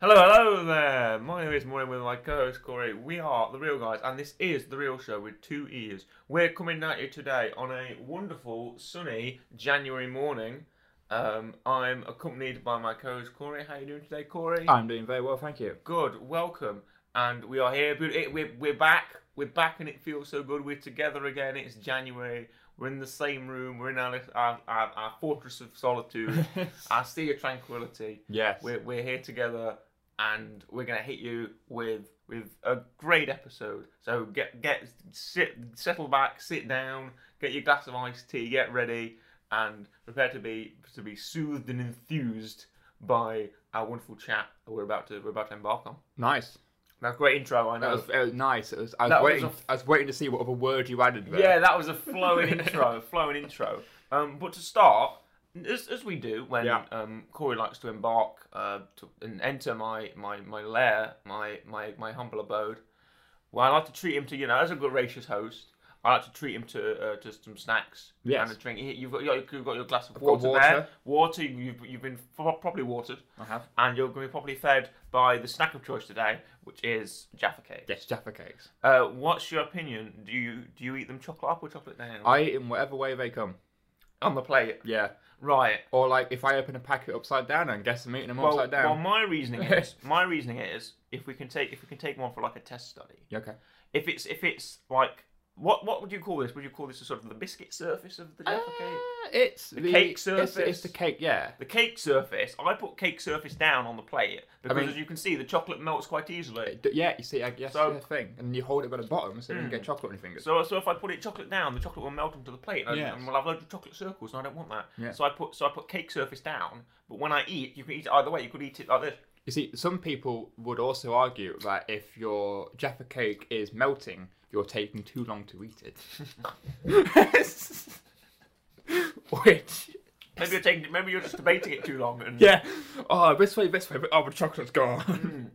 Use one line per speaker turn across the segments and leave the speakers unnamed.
Hello, hello there. My name is Morning with my co-host Corey. We are the Real Guys, and this is the Real Show with two ears. We're coming at you today on a wonderful sunny January morning. Um, I'm accompanied by my co-host Corey. How you doing today, Corey?
I'm doing very well, thank you.
Good. Welcome, and we are here. But it, we're we're back. We're back, and it feels so good. We're together again. It's January. We're in the same room. We're in our our, our, our fortress of solitude, our sea of tranquility.
yes.
We're, we're here together, and we're gonna hit you with with a great episode. So get get sit settle back, sit down, get your glass of iced tea, get ready, and prepare to be to be soothed and enthused by our wonderful chat that we're about to we're about to embark on.
nice.
That's a great intro, I know.
That was, it was nice. It was, I, was
That was
waiting,
a-
I was waiting to see what other word you added there.
Yeah, that was a flowing intro, a flowing intro. Um, but to start, as, as we do when
Yeah.
um, Corey likes to embark uh, to, and enter my, my, my lair, my, my, my humble abode, well, I like to treat him to, you know, as a gracious host, I like to treat him to uh, to some snacks
Yes.
and a drink. Here, You've got, your- you've got your glass of
got
water,
water. Uh-huh.
there. Water, you've, you've been pro- properly watered,
I have.
and you're going to be properly fed by the snack of choice today, which is Jaffa Cake.
Yes, Jaffa cakes.
Uh, what's your opinion? Do you do you eat them chocolate up or chocolate down?
I eat in whatever way they come.
on the plate.
Yeah.
Right.
Or like if I open a packet upside down, I guess I'm eating them
Well,
upside down.
well, my reasoning is my reasoning is if we can take if we can take one for like a test study.
Yeah, okay.
If it's if it's like what what would you call this? Would you call this a sort of the biscuit surface of the Jaffa cake?
Uh, it's the,
cake
it's-
surface.
It's, the cake, yeah.
The cake surface. I put cake surface down on the plate because
mean-
as you can see, the chocolate melts quite easily.
D- Yeah, you see, I guess
So- Hmm.
the thing, and you hold it by the bottom so you don't get chocolate on your fingers.
So, so if I put it chocolate down, the chocolate will melt onto the plate, and,
Yes.
and we'll have loads of chocolate circles, and I don't want that.
Yeah.
So I put so I put cake surface down. But when I eat, you can eat it either way. You could eat it like this.
You see, some people would also argue that if your Jaffa cake is melting, you're taking too long to eat it. Which,
Maybe you're taking maybe you're just debating it too long, and
yeah, oh, this way, this way, but oh, the chocolate's gone.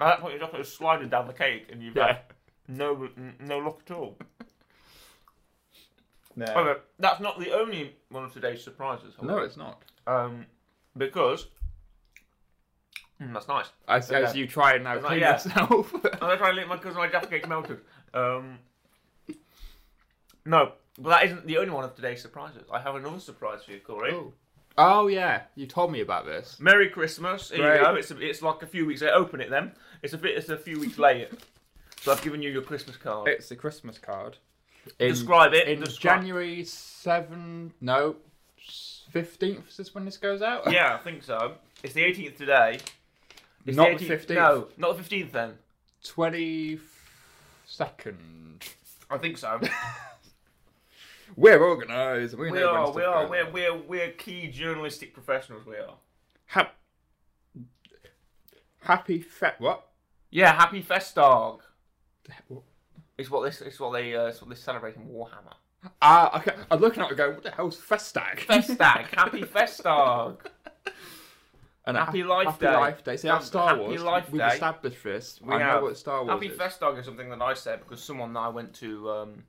At that point, your chocolate is sliding down the cake, and you've
yeah.
had no n- no luck at all.
No.
However, that's not the only one of today's surprises.
no, it's not.
Um, because Mm, that's nice.
As,
Okay.
as you try and now
It's like,
clean
yeah.
yourself.
I'm gonna try and lick my because my Jaffa cake melted. Um, no, but that isn't the only one of today's surprises. I have another surprise for you, Corey.
oh. oh, yeah, you told me about this.
Merry Christmas! Here
Great.
you go. It's a, it's like a few weeks. later. Open it then. It's a bit. It's a few weeks later. So I've given you your Christmas card.
It's a Christmas card. In,
Describe it.
in
Describe-
January 7th, no, 15th is when this goes out.
Yeah, I think so. It's the 18th today. It's
Not the 15th.
No, not the 15th then.
Twenty second.
I think so.
We're organised. We,
we
know when
are,
stuff
we are,
goes
we're,
on.
we're, we're key journalistic professionals, we are.
Hap- happy fe- what?
Yeah, happy Festog.
The he- what?
It's what this, it's what they, uh, it's what they celebrate in Warhammer.
Ah, okay. I'm looking at it going, what the hell's Festag?
Festag, happy Festag.
and
Happy Life
happy
Day.
Life Day. See,
Happy-
that's Star
Happy
Wars.
Life
We've
Day.
established this.
We
I
have.
know what Star Wars
happy
is.
Festog is something that I said because someone that I went to, um,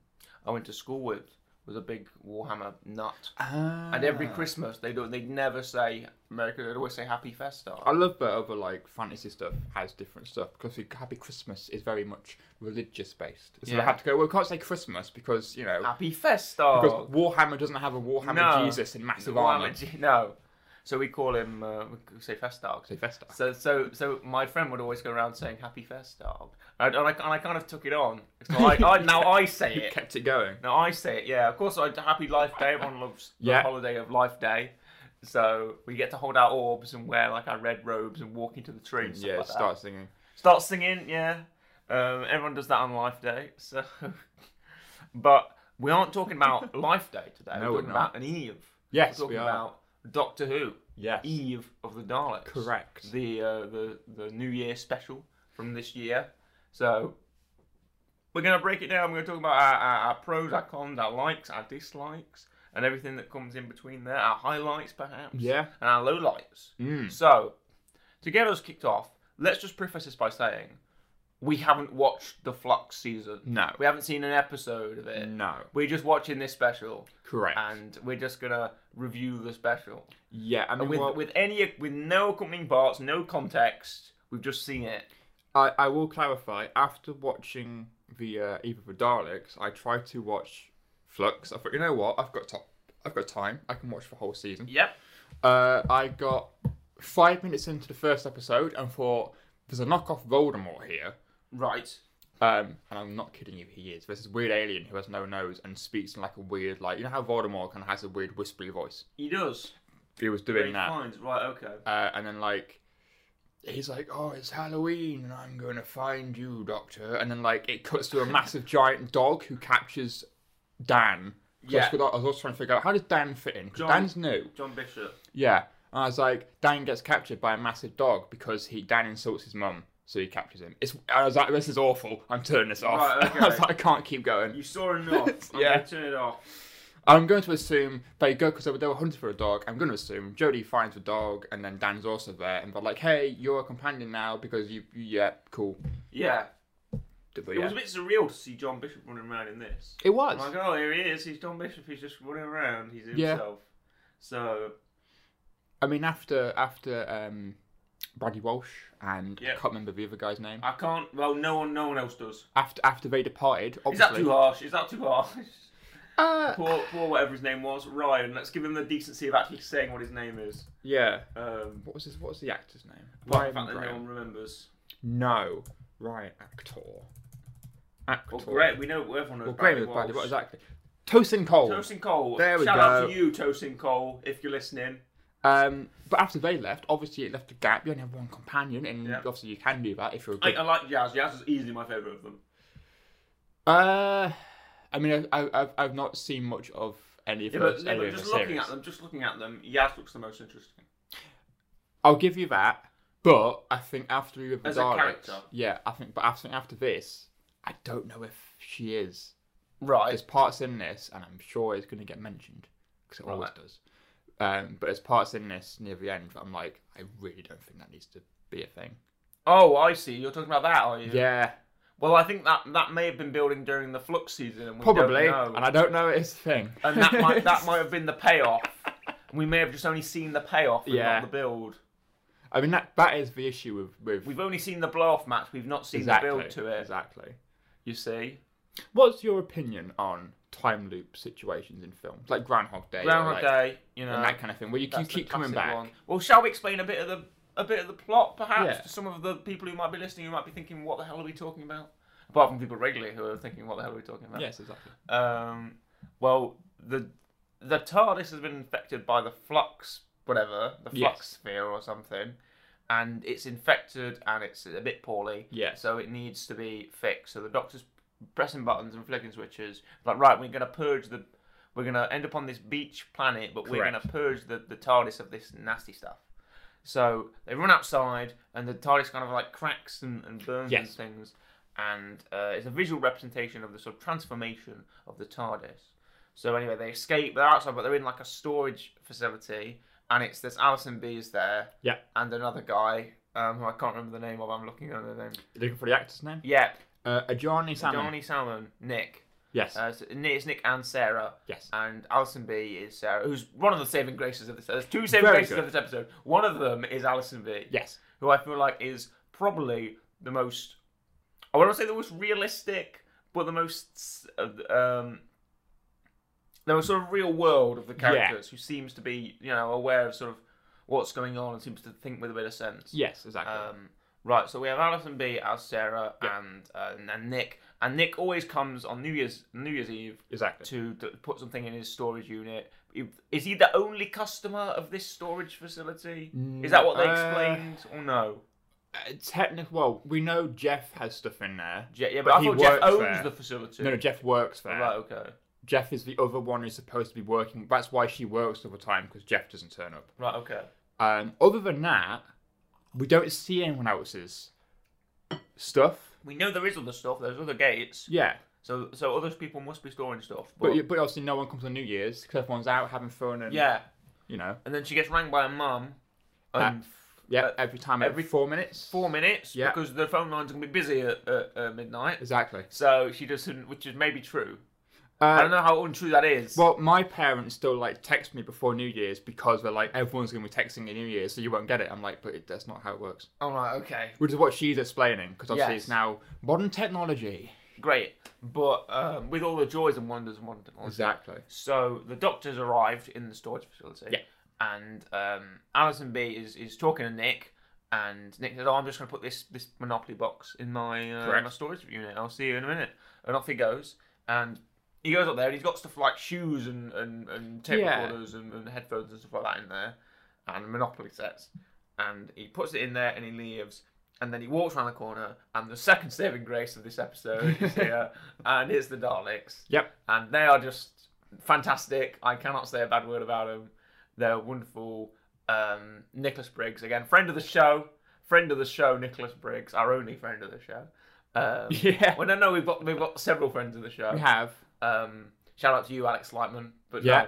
I went to school with was a big Warhammer nut.
Ah.
And every Christmas they do, they never say America. They always say Happy Festog.
I love that other like fantasy stuff has different stuff because the Happy Christmas is very much religious based. So
Yeah.
they have to go. Well, we can't say Christmas because you know
Happy Festog.
because Warhammer doesn't have a Warhammer
No.
Jesus in massive
Well, I'm
armor.
a G- no. So we call him, uh, we say Fest Dog.
Say Festag.
So, so, so my friend would always go around saying Happy Fest Dog. And, and, I, and I kind of took it on. So I, I, now I say
It
it.
kept it going.
Now I say it, yeah. Of course, I, Happy Life Day. Everyone loves
Yeah.
the holiday of Life Day. So we get to hold our orbs and wear like our red robes and walk into the tree. And stuff
Yeah,
like that.
start singing.
Start singing, yeah. Um, everyone does that on Life Day, so. but we aren't talking about Life Day today. we're
No, we're
talking
not.
about an Eve.
Yes,
we're talking
we are.
about Doctor Who,
Yes.
Eve of the Daleks.
Correct.
The uh, the the New Year special from this year. So we're gonna break it down. We're gonna talk about our, our, our pros, our cons, our likes, our dislikes, and everything that comes in between there. Our highlights, perhaps.
Yeah.
And our lowlights.
Mm.
So, to get us kicked off, let's just preface this by saying we haven't watched the Flux season.
No.
We haven't seen an episode of it.
No.
We're just watching this special,
Correct.
and we're just gonna review the special
yeah, I mean,
with
well,
with any with no accompanying parts, no context. We've just seen it.
I, I will clarify. After watching the uh, Eve of the Daleks, I tried to watch Flux. I thought, you know what? I've got top. I've got time. I can watch the whole season.
Yep.
Uh, I got five minutes into the first episode and thought, there's a knockoff Voldemort here.
Right.
Um, and I'm not kidding you, he is. There's this weird alien who has no nose and speaks in like a weird, like you know how Voldemort kind of has a weird whispery voice.
He does.
He was
He
doing that.
finds. Right. Okay.
Uh, and then like he's like, "Oh, it's Halloween, and I'm going to find you, Doctor." And then like it cuts to a massive giant dog who captures Dan. 'Cause
Yeah.
I was- I was also trying to figure out how does Dan fit in? 'Cause
John-
Dan's new.
John Bishop.
Yeah. And I was like, Dan gets captured by a massive dog because he Dan insults his mum, so he captures him. It's. I was like, this is awful. I'm turning this off.
Right,
I was
okay.
like, I can't keep going.
You saw enough. I'm
Yeah.
gonna turn it off.
I'm going to assume they go because they were, they were hunting for a dog. I'm going to assume Jodie finds the dog, and then Dan's also there, and they're like, hey, you're a companion now because you. you- yeah, cool.
Yeah.
But
It
yeah.
was a bit surreal to see John Bishop running around in this.
It was.
I'm like, oh, here he is. He's John Bishop. He's just running around. He's
Yeah.
himself. So
I mean, after after um, Brady Walsh and
Yeah.
I can't remember the other guy's name.
I can't. Well, no one, no one else does.
After after they departed,
Is
obviously.
that too harsh? Is that too harsh?
Uh,
poor, poor, whatever his name was, Ryan. Let's give him the decency of actually saying what his name is.
yeah.
Um,
What was his, What was the actor's name?
apart from the fact that no
Graham.
one remembers.
No, Ryan actor. Actor.
Well, great. We know everyone knows.
Well, Graham
Bradley
is Bradley, what
Walsh.
exactly? Tosin Cole.
Tosin Cole.
There we
Shout out
go.
to you, Tosin Cole, if you're listening.
Um, but after they left, obviously it left a gap. You only have one companion, and
Yeah.
obviously you can do that if you're a
I,
good.
I uh, like Jazz. Jazz is easily my favourite of them.
uh, I mean, I, I, I've I've not seen much of any of
Yeah, but,
those.
yeah,
any
but
of
just
the
looking
series.
at them, just looking at them, Yaz looks the most interesting.
I'll give you that, but I think after you
As a character.
yeah, I think. But I think after this, I don't know if she is.
Right.
There's parts in this, and I'm sure it's going to get mentioned because it always does. Um, but there's parts in this near the end that I'm like, I really don't think that needs to be a thing.
Oh, I see. You're talking about that, are you?
Yeah,
Well, I think that that may have been building during the flux season, and we
probably,
don't know.
and I don't know it's a thing.
and that might that might have been the payoff. We may have just only seen the payoff and
Yeah.
not the build.
I mean, that that is the issue with with
We've only seen the blow off match. We've not seen
exactly
the build to it.
exactly.
You see,
What's your opinion on time loop situations in films, like Groundhog Day, or
Groundhog
like-
Day. You know,
and that kind of thing, where you, you
that's the
keep coming
classic
back?
one. Well, shall we explain a bit of the a bit of the plot, perhaps,
Yeah.
to some of the people who might be listening who might be thinking, "What the hell are we talking about?" Apart from people regularly who are thinking, "What the hell are we talking about?"
Yes, exactly.
Um, well, the the TARDIS has been infected by the flux, whatever the flux
Yes.
sphere or something, and it's infected and it's a bit poorly.
Yeah.
So it needs to be fixed. So the doctor's pressing buttons and flicking switches. Like, right, we're gonna purge the, we're gonna end up on this beach planet, but we're
Correct.
gonna purge the the TARDIS of this nasty stuff. So they run outside, and the TARDIS kind of like cracks and, and burns
Yes.
and things, and uh, it's a visual representation of the sort of transformation of the TARDIS. So anyway, they escape. They're outside, but they're in like a storage facility, and it's this Alison B is there,
Yeah.
and another guy um, who I can't remember the name of. I'm looking at the name.
Looking for the actor's name?
Yeah,
Uh, Ajani Salmon.
Johnny Salmon, Nick.
Yes.
Uh, so it's Nick and Sarah.
yes.
And Alison B is Sarah, who's one of the saving graces of this. There's two saving
Very
graces
good.
of this episode. One of them is Alison B
yes.
who I feel like is probably the most, I wouldn't say the most realistic, but the most, um, the most sort of real world of the characters who seems to be, you know, aware of sort of what's going on and seems to think with a bit of sense.
Yes, exactly.
Um, right, so we have Alison B as Sarah and, uh, and and Nick, and Nick always comes on New Year's New Year's Eve
exactly.
to, to put something in his storage unit. Is he the only customer of this storage facility? Is that what they
Uh,
explained or no?
Uh, technical. Well, we know Jeff has stuff in there.
Je- yeah,
but
but, I
he
thought Jeff
works
owns
there.
the facility.
No, no, Jeff works there.
Right, okay.
Jeff is the other one who's supposed to be working. That's why she works all the time because Jeff doesn't turn up.
Right, okay.
Um, other than that, we don't see anyone else's stuff.
We know there is other stuff. There's other gates.
Yeah,
So so other people must be storing stuff. But,
but but obviously no one comes on New Year's because everyone's out having fun and
yeah,
you know
and then she gets rang by a mum. Um,
yeah
Uh,
every time every
every-
four minutes
four minutes
Ah. Yeah.
because the phone lines are gonna be busy at, at, uh midnight.
exactly Uh,
So she doesn't, which is maybe true. I don't know how untrue that is.
Well, my parents still like text me before New Year's because they're like everyone's gonna be texting at New Year's, so you won't get it. I'm like, but it, that's not how it works.
I'm like, okay,
Which is what she's explaining because obviously
Yes.
it's now modern technology.
great, but um, with all the joys and wonders and wonders.
Exactly.
So the doctors arrived in the storage facility.
Yeah.
And um, Alison B is, is talking to Nick, and Nick says, "Oh, I'm just going to put this this Monopoly box in my uh,
Correct.
my storage unit. I'll see you in a minute." And off he goes, and he goes up there, and he's got stuff like shoes and and, and tape
Yeah.
recorders and, and headphones and stuff like that in there, and Monopoly sets. And he puts it in there, and he leaves. And then he walks around the corner, and the second saving grace of this episode is here, and it's the Daleks
Yep.
and they are just fantastic. I cannot say a bad word about them. They're wonderful. Um, Nicholas Briggs again, friend of the show, friend of the show, Nicholas Briggs, our only friend of the show. Um,
Yeah.
Well, no, no, we've got we've got several friends of the show.
We have.
Um, shout out to you, Alex Lightman. But
Yeah.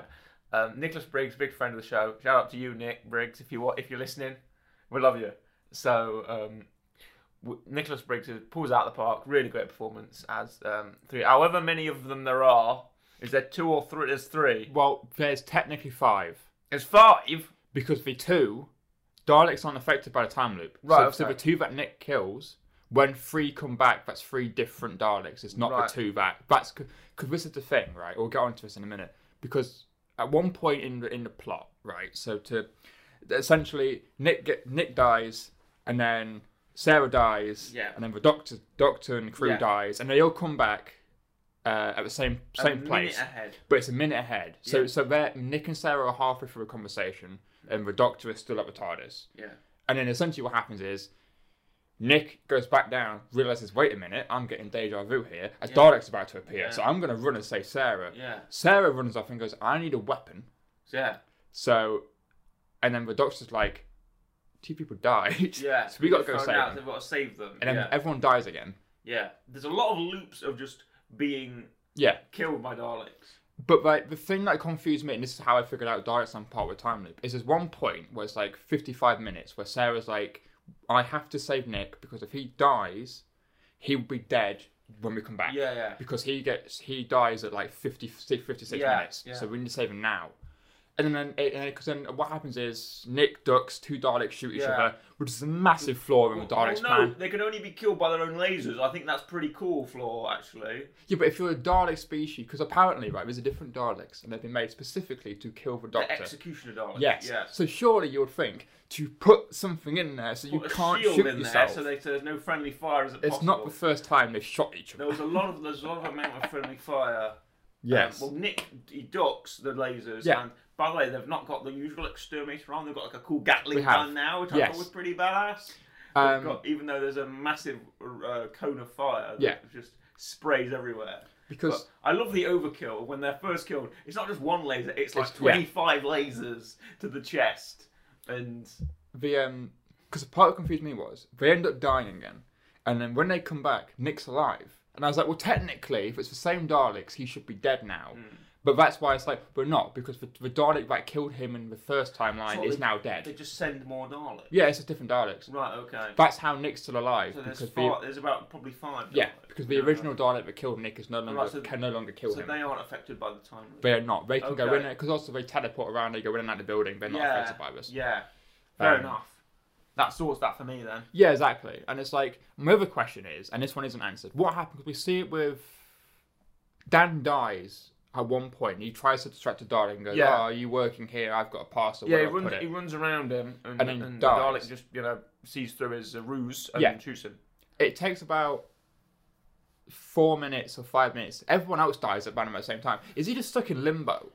no, um, Nicholas Briggs, big friend of the show. Shout out to you, Nick Briggs, if you wa- if you're listening, we love you. So um, w- Nicholas Briggs is- pulls out the park. Really great performance as um, three. However many of them there are, is there two or three? There's three.
Well, there's technically five
There's five.
because the two Daleks aren't affected by the time loop.
Right,
So, so
okay.
the two that Nick kills. When three come back, that's three different Daleks. It's not
Right.
the two that. That's because this is the thing, right? We'll get onto this in a minute. Because at one point in the in the plot, right? So to essentially Nick get, Nick dies, and then Sarah dies,
Yeah.
and then the Doctor Doctor and crew
Yeah.
dies, and they all come back uh, at the same
A
same
minute
place
ahead.
but it's a minute ahead. So
Yeah.
so they're, Nick and Sarah are halfway through a conversation, and the Doctor is still at the TARDIS.
Yeah.
And then essentially what happens is Nick goes back down, realizes, wait a minute, I'm getting deja vu here, as Dalek's about to appear,
Yeah.
so I'm going to run and save Sarah.
Yeah.
Sarah runs off and goes, I need a weapon.
Yeah.
So, and then the Doctor's like, two people died.
Yeah.
so we got to
They
go
found
save
out
them.
They've got to save them.
And then
yeah.
everyone dies again.
yeah. There's a lot of loops of just being
Yeah.
killed by Daleks.
But like the thing that confused me, and this is how I figured out Daleks and part with time loop, is there's one point where it's like 55 minutes where Sarah's like, I have to save Nick because if he dies, he will be dead when we come back.
Yeah. Yeah.
Because he gets he dies at like 50, 56
Yeah,
minutes,
yeah.
so we need to save him now. And then because then, what happens is Nick ducks, two Daleks shoot each
Yeah.
other, which is a massive flaw in the Daleks'
well, no,
plan.
they can only be killed by their own lasers. I think that's pretty cool, Floor, actually.
Yeah, but if you're a Dalek species, because apparently right, there's a different Daleks, and they've been made specifically to kill the Doctor.
The executioner Daleks.
Yes.
Yes.
So surely you would think to put something in there so you
Put a
can't
shield
shoot
in
yourself.
there so, they, so there's no friendly fire as it
it's
possible.
not the first time they've shot each other.
There was a lot of there's a lot of amount of friendly fire.
yes.
Um, well, Nick he ducks the lasers.
Yeah.
And by the way, they've not got the usual exterminator on. They've got like a cool Gatling
We have.
gun now, which I thought
Yes.
was pretty badass.
Um,
Got- even though there's a massive uh, cone of fire that
Yeah.
just sprays everywhere.
because
But I love the overkill when they're first killed. It's not just one laser; it's like
It's- yeah.
twenty-five lasers to the chest, and
the um, because the part that confused me was they end up dying again, and then when they come back, Nick's alive, and I was like, well, technically, if it's the same Daleks, he should be dead now.
Hmm.
But that's why it's like we're not because the, the Dalek that killed him in the first timeline
So
is
they-
now
they
dead.
just send more Daleks.
Yeah, it's a different Daleks.
Right. Okay.
That's how Nick's still alive
so
because
there's,
the,
five, there's about probably five.
yeah
Daleks.
because the original Dalek that killed Nick is no longer
Right, so-
can no longer kill
So
him.
they aren't affected by the time. loop.
They are not. They can go
Okay.
in it because also they teleport around. They go in and out the building. They're not
yeah.
affected by this. Yeah.
Yeah. Fair
Um,
enough. That sorts that for me then.
exactly. And it's like my other question is, and this one isn't answered. What happened? Because we see it with Dan dies at one point. He tries to distract the Dalek and goes,
Yeah.
"Oh, are you working here? I've got a parcel."
Yeah,
where
he
do I
runs.
put
He
it?"
runs around him, and,
And then
and the
dies.
Dalek just you know sees through his uh, ruse and
Yeah.
shoots him.
it takes about four minutes or five minutes. Everyone else dies at random at the same time. Is he just stuck in limbo,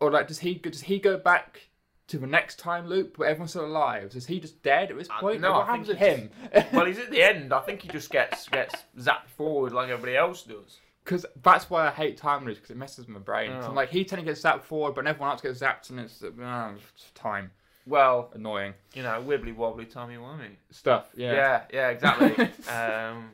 or like does he does he go back? To the next time loop, where everyone's still alive. Is he just dead at this point?
Uh, no,
Like, what
I
happens
think
with him?
well, he's at the end. I think he just gets gets zapped forward like everybody else does.
Because that's why I hate time loops because it messes with my brain. So
Oh.
I'm like, he tends to get zapped forward, but everyone else gets zapped, and it's, uh, ah, it's time
Well,
annoying
you know, wibbly wobbly, timey wimey.
stuff. Yeah.
Yeah, yeah, exactly. um,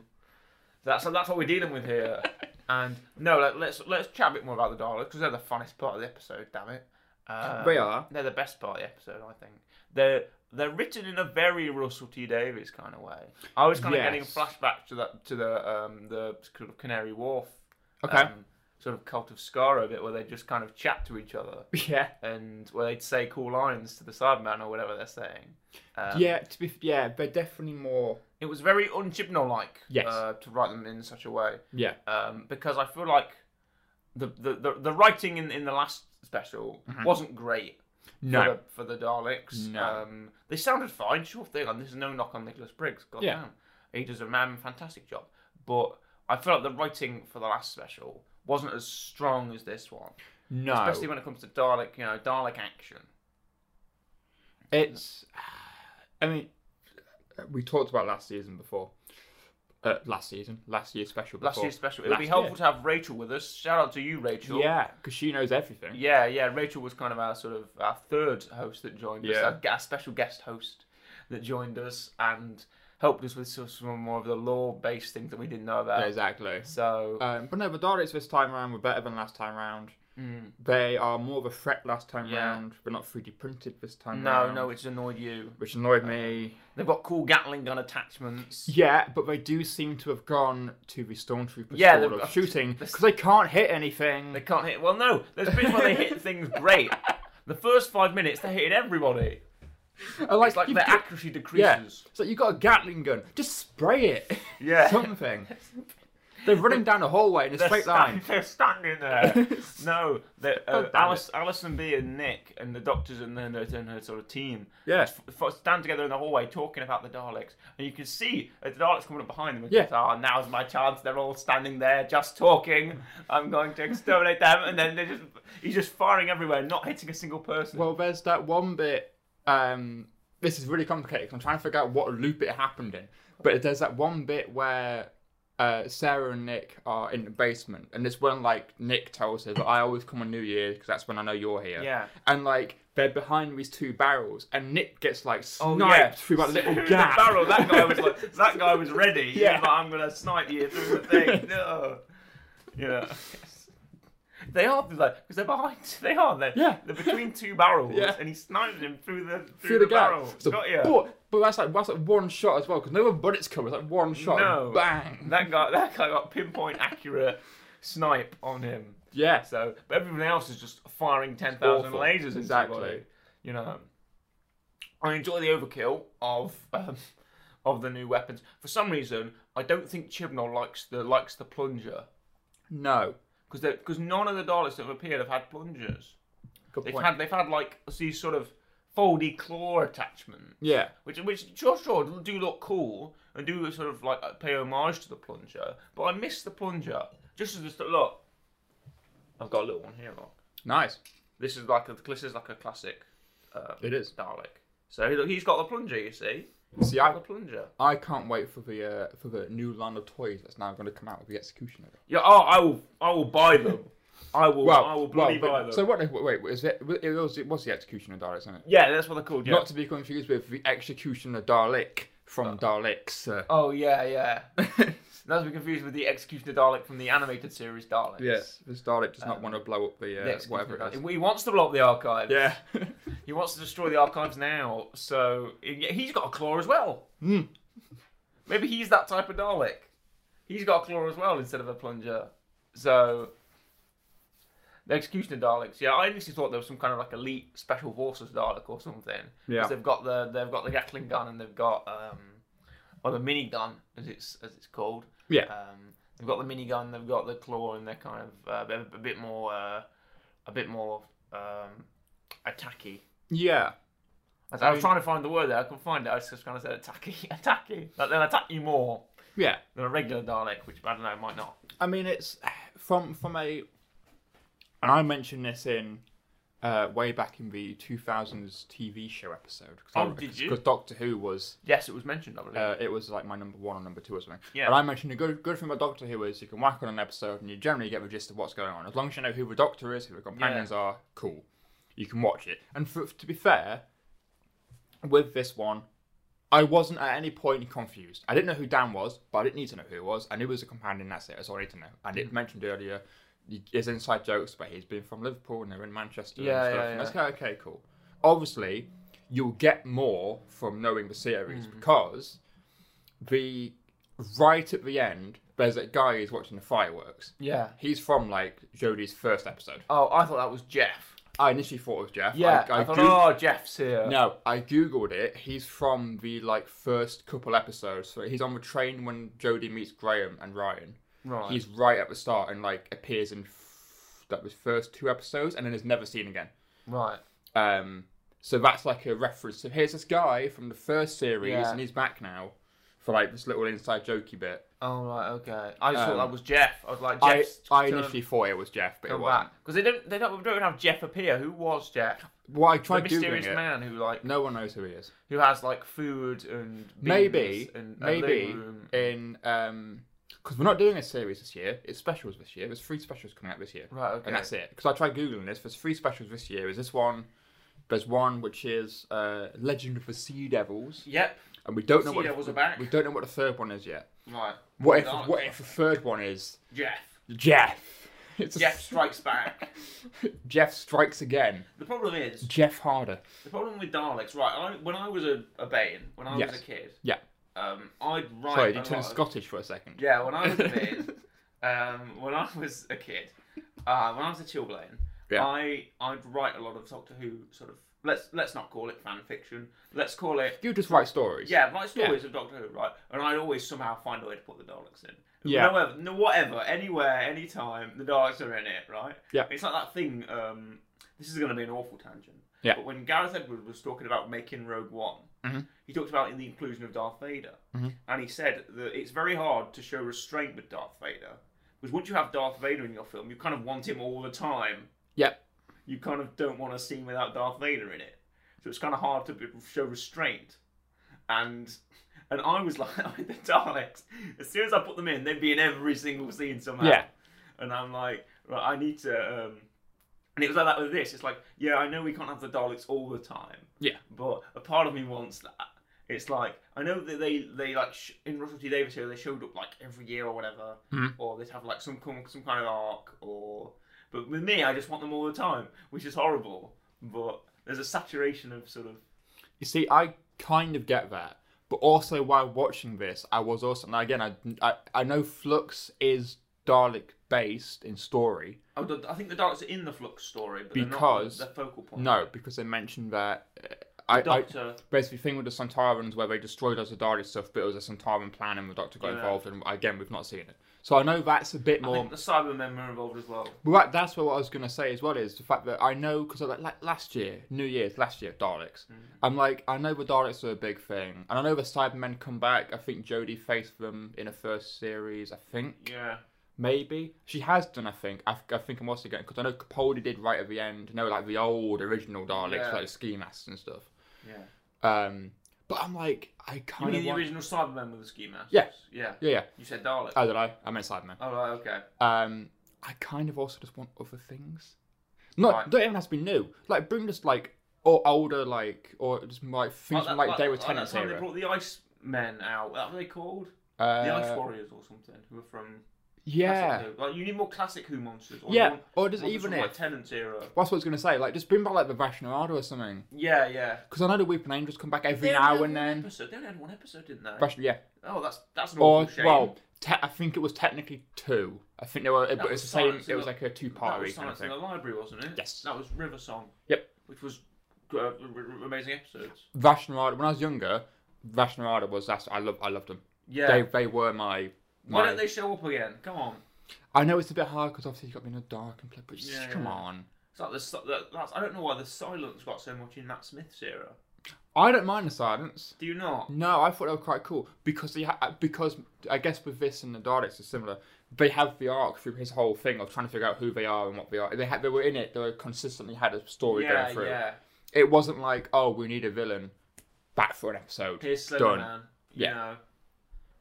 that's that's what we're dealing with here. And no, let, let's let's chat a bit more about the Daleks because they're the funnest part of the episode. Damn it, um,
They are.
They're the best part of the episode, I think. They're they're written in a very Russell T Davies kind of way. I was kind of getting
Yes.
flashbacks to that to the um, the sort of Canary Wharf
Okay.
um, sort of Cult of Scar a bit, where they just kind of chat to each other
Yeah.
and where they'd say cool lines to the Cyberman or whatever they're saying. Um,
yeah, to be f- yeah, they're definitely more
It was very unchibnall like
Yes.
uh, to write them in such a way.
yeah.
um, because I feel like the the, the, the writing in, in the last special wasn't great
Mm-hmm. No.
for, the, for the Daleks.
No.
Um, they sounded fine, sure thing, and there's no knock on Nicholas Briggs. God
Yeah.
damn. He does a man fantastic job. But I feel like the writing for the last special wasn't as strong as this one.
No.
Especially when it comes to Dalek, you know, Dalek action.
It's, I mean, we talked about last season before. Uh, last season, last year's special. Before.
Last year's special. It would be
Last
helpful to have Rachel with us. Shout out to you, Rachel.
Yeah, because she knows everything.
Yeah, yeah. Rachel was kind of our sort of our third host that joined us,
Yeah.
our, our special guest host that joined us and helped us with sort of some more of the law-based things that we didn't know about.
Exactly.
So
Um, but no, the Daleks this time around were better than last time round. They are more of a threat last time
Mm. Yeah.
round. We're not 3D printed this time
no,
round.
no, it's annoyed you.
Which annoyed me.
They've got cool Gatling gun attachments.
Yeah, but they do seem to have gone to the stormtrooper
Yeah,
sort
they've-
of shooting because they can't hit anything.
They can't hit. Well, no, there's bits where they hit things great. The first five minutes, they're hitting everybody.
I like,
It's like
you've
their
got-
accuracy
Yeah.
decreases.
So you got a Gatling gun. Just spray it.
Yeah.
Something. They're running down a hallway in a straight
stand-
line.
they're standing there. no, the, uh,
God damn
Alice, Alison B and Nick and the doctors and then her, and her sort of team
Yeah.
f- f- stand together in the hallway talking about the Daleks, and you can see uh, the Daleks coming up behind them. And
Yeah.
yeah. Ah, now's my chance. They're all standing there just talking. I'm going to exterminate them, and then they just he's just firing everywhere, not hitting a single person.
Well, there's that one bit. Um, this is really complicated. 'cause I'm trying to figure out what loop it happened in. But there's that one bit where uh, Sarah and Nick are in the basement, and it's when like Nick tells her that I always come on New Year's because that's when I know you're here.
Yeah.
And like they're behind these two barrels, and Nick gets like sniped
Oh, yeah.
through that little
Through the
gap.
barrel, that guy was like, that guy was ready. He
Yeah.
was like, I'm gonna snipe you through the thing. No. You know. They are like because they're behind. They are. They're,
Yeah.
they're between two barrels,
Yeah.
and he snipes him through the through,
through
the,
the, gap.
barrel.
So-
Got ya.
But, but that's like that's like one shot as well because no other bullets come. It's like one shot.
No.
Bang.
That guy. That guy got pinpoint accurate snipe on him.
yeah.
So, but everyone else is just firing ten thousand
awful.
lasers into
Exactly.
exactly. You know, I enjoy the overkill of um, of the new weapons. For some reason, I don't think Chibnall likes the likes the plunger
No.
because because none of the Daleks that have appeared have had plungers.
Good
They've
point.
had they've had like these sort of foldy claw attachment,
yeah.
which which sure sure do look cool and do sort of like pay homage to the plunger. But I miss the plunger just as this look. I've got a little one here. Look.
Nice.
This is like a this is like a classic um,
It is.
Dalek. So he- he's got the plunger, you see.
See, I
Got the plunger.
I can't wait for the uh, for the new line of toys that's now going to come out with the execution of it.
Yeah. Oh, I will. I will buy them. I will. I will bloody
but-
buy them.
so what? Wait, wait, is it? It was, it was the executioner Daleks, isn't it?
yeah, that's what they're called. Yeah.
Not to be confused with the executioner Dalek from Daleks. Uh,
oh yeah, yeah. Not to be confused with the Executioner Dalek from the animated series Daleks.
yes, this Dalek does not want to blow up the,
The
uh,
Executioner
whatever it is.
Dalek. He wants to blow up the archives.
Yeah.
He wants to destroy the archives now. So yeah, he's got a claw as well.
Hmm.
Maybe he's that type of Dalek. He's got a claw as well instead of a plunger. So the executioner Daleks. Yeah, I initially thought there was some kind of like elite special forces Dalek or something. 'Cause
Yeah.
they've got the they've got the Gatling gun and they've got um or the minigun as it's as it's called.
Yeah.
Um, they've got the minigun. They've got the claw, and they're kind of uh, they're a bit more uh, a bit more um attacky.
yeah.
I was, I was trying to find the word there. I couldn't find it. I was just trying to say attacky, attacky. Like they'll attack you more
Yeah.
than a regular Dalek, which I don't know, might not.
I mean, it's from from a, and I mentioned this in uh, way back in the 2000s TV show episode. Cause I-
Oh, did you?
Because Doctor Who was
Yes, it was mentioned, I believe.
uh, it was like my number one or number two or something.
Yeah.
But I mentioned the good good thing about Doctor Who is you can whack on an episode and you generally get the gist of what's going on. As long as you know who the Doctor is, who the companions are, cool. You can watch it. And for, to be fair, with this one. I wasn't at any point confused. I didn't know who Dan was, but I didn't need to know who it was. I knew it was a companion, that's it. That's all I need to know. And
Hmm.
it mentioned earlier his inside jokes, but he's been from Liverpool and they're in Manchester
Yeah,
and stuff.
yeah,
And that's kind of, okay, cool. Obviously,
Hmm.
you'll get more from knowing the series because the right at the end, there's that guy who's watching the fireworks.
Yeah.
He's from like Jodie's first episode.
Oh, I thought that was Jeff.
I initially thought it was Jeff.
Yeah.
I, I
I, thought,
goo-
oh, Jeff's here.
no, I googled it. He's from the like first couple episodes. So he's on the train when Jodie meets Graham and Ryan.
Right.
He's right at the start and like appears in f- that was first two episodes and then is never seen again.
right.
Um, so that's like a reference. So here's this guy from the first series
Yeah.
and he's back now for like this little inside jokey bit.
Oh, right. Okay. I just
Um,
thought that was Jeff. I was like,
I,
Jeff's
I
gonna
initially thought it was Jeff, but it
come
wasn't.
back because they don't. They don't, they don't even have Jeff appear. Who was Jeff?
Well, I
The
tried googling
mysterious
it.
man who like
No one knows who he is.
who has like food and beans
Maybe,
and a
maybe
living room.
in um, because we're not doing a series this year. It's specials this year. There's three specials coming out this year,
Right. Okay.
and that's it. Because I tried googling this. There's three specials this year. Is this one? There's one which is uh, Legend of the Sea Devils,
Yep.
and we don't know
Sea
what
Devils
the,
are back.
We don't know what the third one is yet.
Right.
What if?
Dark
What if the third one is
Jeff.
Jeff? It's a-
Jeff strikes back.
Jeff strikes again.
The problem is
Jeff harder.
The problem with Daleks, right? I, when I was a, a Bayan, when I
Yes.
was a kid,
Yeah.
um, I'd write.
Sorry,
a
you turned
lot of-
Scottish for a second.
Yeah, when I was a Bayan, um, when I was a kid, uh, when I was a Chilblain,
Yeah.
I I'd write a lot of Doctor Who sort of let's let's not call it fan fiction, let's call it
you just write stories.
yeah, write stories of Doctor Who, right? And I'd always somehow find a way to put the Daleks in.
Yeah.
Whenever- no, whatever, anywhere, anytime, the Daleks are in it, right?
Yeah.
It's like that thing. Um, this is going to be an awful tangent.
Yeah.
But when Gareth Edwards was talking about making Rogue One,
Mhm.
he talked about the inclusion of Darth Vader,
Mhm.
and he said that it's very hard to show restraint with Darth Vader because once you have Darth Vader in your film, you kind of want him all the time.
Yep.
You kind of don't want a scene without Darth Vader in it, so it's kind of hard to be, show restraint and and I was like, the Daleks. As soon as I put them in, they'd be in every single scene somehow.
Yeah.
And I'm like, right, I need to. Um... And it was like that with this. It's like, yeah, I know we can't have the Daleks all the time.
Yeah.
But a part of me wants that. It's like I know that they they like sh- in Russell T Davies here they showed up like every year or whatever,
Mhm.
or they'd have like some com- some kind of arc or. But with me, I just want them all the time, which is horrible. But there's a saturation of sort of
You see, I kind of get that, but also while watching this, I was also now again, I, I I know Flux is Dalek based in story.
Oh, the, I think the Daleks are in the Flux story, but
Because-
they're not the, the focal point.
No, because they mentioned that. Uh, I, I
Doctor.
basically thing with the Santarans where they destroyed us the Dalek stuff, but it was a Santaran plan and the Doctor got
Yeah.
involved, and again we've not seen it. So I know that's a bit
I um,
more.
think the Cybermen were involved as well.
Well, that, that's what I was gonna say as well is the fact that I know because like, like last year, New Year's last year, Daleks.
Mm.
I'm like, I know the Daleks are a big thing, and I know the Cybermen come back. I think Jodie faced them in a first series. I think
Yeah.
maybe she has done. I think I, I think I'm also getting because I know Capaldi did right at the end. You know, like the old original Daleks,
Yeah.
like ski masks and stuff.
Yeah.
Um, but I'm like, I
You
kind
mean
of
the
want.
original Cybermen with the ski masks?
Yeah.
Yeah.
Yeah, yeah.
You said Dalek.
Oh, did I? I meant Cybermen.
oh, right, okay.
Um, I kind of also just want other things. Not
Right.
don't even have to be new. Like bring just like or older like or just like things
that-
from like
like
David
that
Tennant's
time they
era.
brought the Ice Men out. That were they called?
uh,
The Ice Warriors or something, who were from
yeah,
classic Who. Like you need more classic Who monsters. Or you
yeah.
want
Or just
monsters
even
from,
if
like Tennant's era.
that's what I was gonna say. Like just bring back like the Vashnerada or something.
Yeah, yeah.
Because I know the Weeping Angels come back every
They only had
now and
one
then.
Episode. They only had one episode, didn't they?
Vash- yeah.
Oh, that's that's an
Or
awful shame.
well, te- I think it was technically two. I think they were, but
was
it's the same.
Silence in
It was
the-
like a
That
two-party
was
kind of
Silence in
thing.
the Library, wasn't it?
Yes.
That was River Song.
Yep.
Which was uh, r- r- amazing episodes.
Vashnerada. When I was younger, Vashnerada was that's I love I loved them.
Yeah.
They they were my.
Why
my-
don't they show up again? Come on.
I know it's a bit hard because obviously you've got to be in the dark and play, but just
Yeah.
come on.
It's like the, si- that, that's, I don't know why the silence got so much in Matt Smith's era.
I don't mind the silence.
Do you not?
No, I thought they were quite cool because they ha- uh, because I guess with this and the Daleks are similar. They have the arc through his whole thing of trying to figure out who they are and what they are. They had they were in it. They were consistently had a story
yeah,
going through.
yeah.
It wasn't like oh we need a villain, back for an episode.
Here's Slender
Done.
Man. You
Yeah.
Know.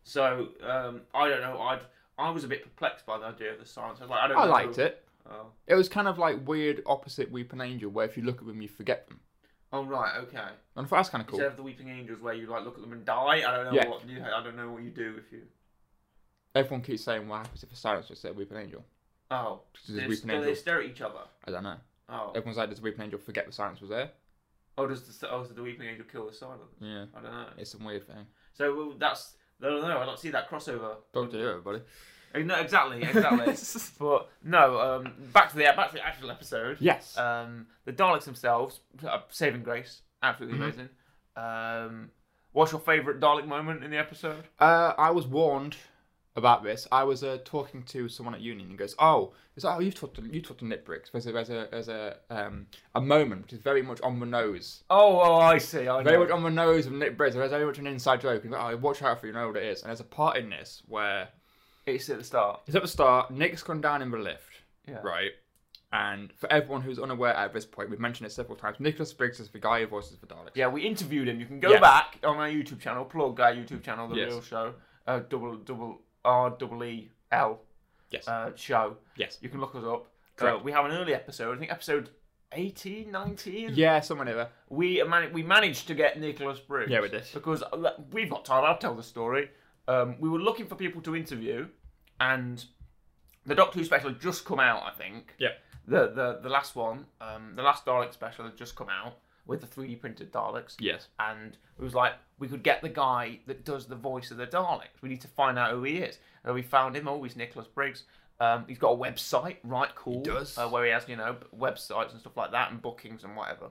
So um, I don't know. I'd I was a bit perplexed by the idea of the silence. I was like, I don't.
I
know.
liked it.
Oh.
It was kind of like weird opposite Weeping Angel, where if you look at them you forget them.
Oh right, okay.
And I thought that's kind of cool.
Instead of the Weeping Angels, where you like look at them and die. I don't know
Yeah.
what. You, I don't know what you do if you.
Everyone keeps saying what happens if a silence just said Weeping Angel.
Oh,
Just
they,
Weeping
do they
Angel.
stare at each other.
I don't know.
Oh,
Everyone's like, does the Weeping Angel forget the silence was there?
oh, does the oh, does the Weeping Angel kill the silence?
Yeah.
I don't know.
It's some weird thing.
So well, that's No, no, no, I don't see that crossover.
Doctor Who, everybody.
Uh, No, exactly, exactly. but no, um, back to the back to the actual episode.
yes.
Um, the Daleks themselves, uh, saving grace, absolutely amazing. Um, what's your favourite Dalek moment in the episode?
Uh, I was warned about this. I was uh, talking to someone at union and goes, "Oh, it's like, oh, you've talked to you talked to Nitbricks." There's a there's a there's a um a moment which is very much on the nose,
Oh, oh, I see. I
very much on the nose of Nitbricks. There's very much an inside joke. And, oh, watch out for you know what it is. And there's a part in this where
It's at the start.
it's at the start. Nick's gone down in the lift,
Yeah.
right? And for everyone who's unaware at this point, we've mentioned it several times. Nicholas Briggs is the guy who voices the Daleks.
Yeah, we interviewed him. You can go
Yes.
back on our YouTube channel, plug our YouTube channel, the
Yes.
real show, uh, double double R double E L
Yes.
uh, show.
yes.
You can look us up. Uh,
Correct.
we have an early episode, I think episode 18, 19.
Yeah, someone there.
We man- we managed to get Nicholas Briggs.
Yeah, we did.
Because uh, we've got time. I'll tell the story. Um, we were looking for people to interview, and the Doctor Who special had just come out. I think.
Yeah.
The the the last one, um, the last Dalek special had just come out with the 3D printed Daleks.
Yes.
And it was like we could get the guy that does the voice of the Daleks. We need to find out who he is. And we found him. Oh, he's Nicholas Briggs. Um, he's got a website, right? Cool.
does.
Uh, where he has you know b- websites and stuff like that, and bookings and whatever.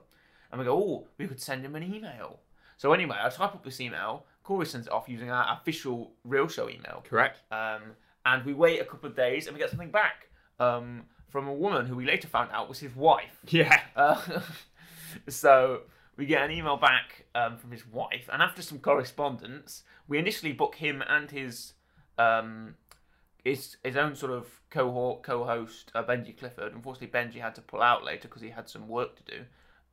And we go, oh, we could send him an email. So anyway, I type up this email. Corey sends it off using our official Real Show email.
Correct.
Um, and we wait a couple of days and we get something back um, from a woman who we later found out was his wife.
Yeah.
Uh, so we get an email back um, from his wife, and after some correspondence, we initially book him and his um, his his own sort of cohort co-host uh, Benji Clifford. Unfortunately, Benji had to pull out later because he had some work to do.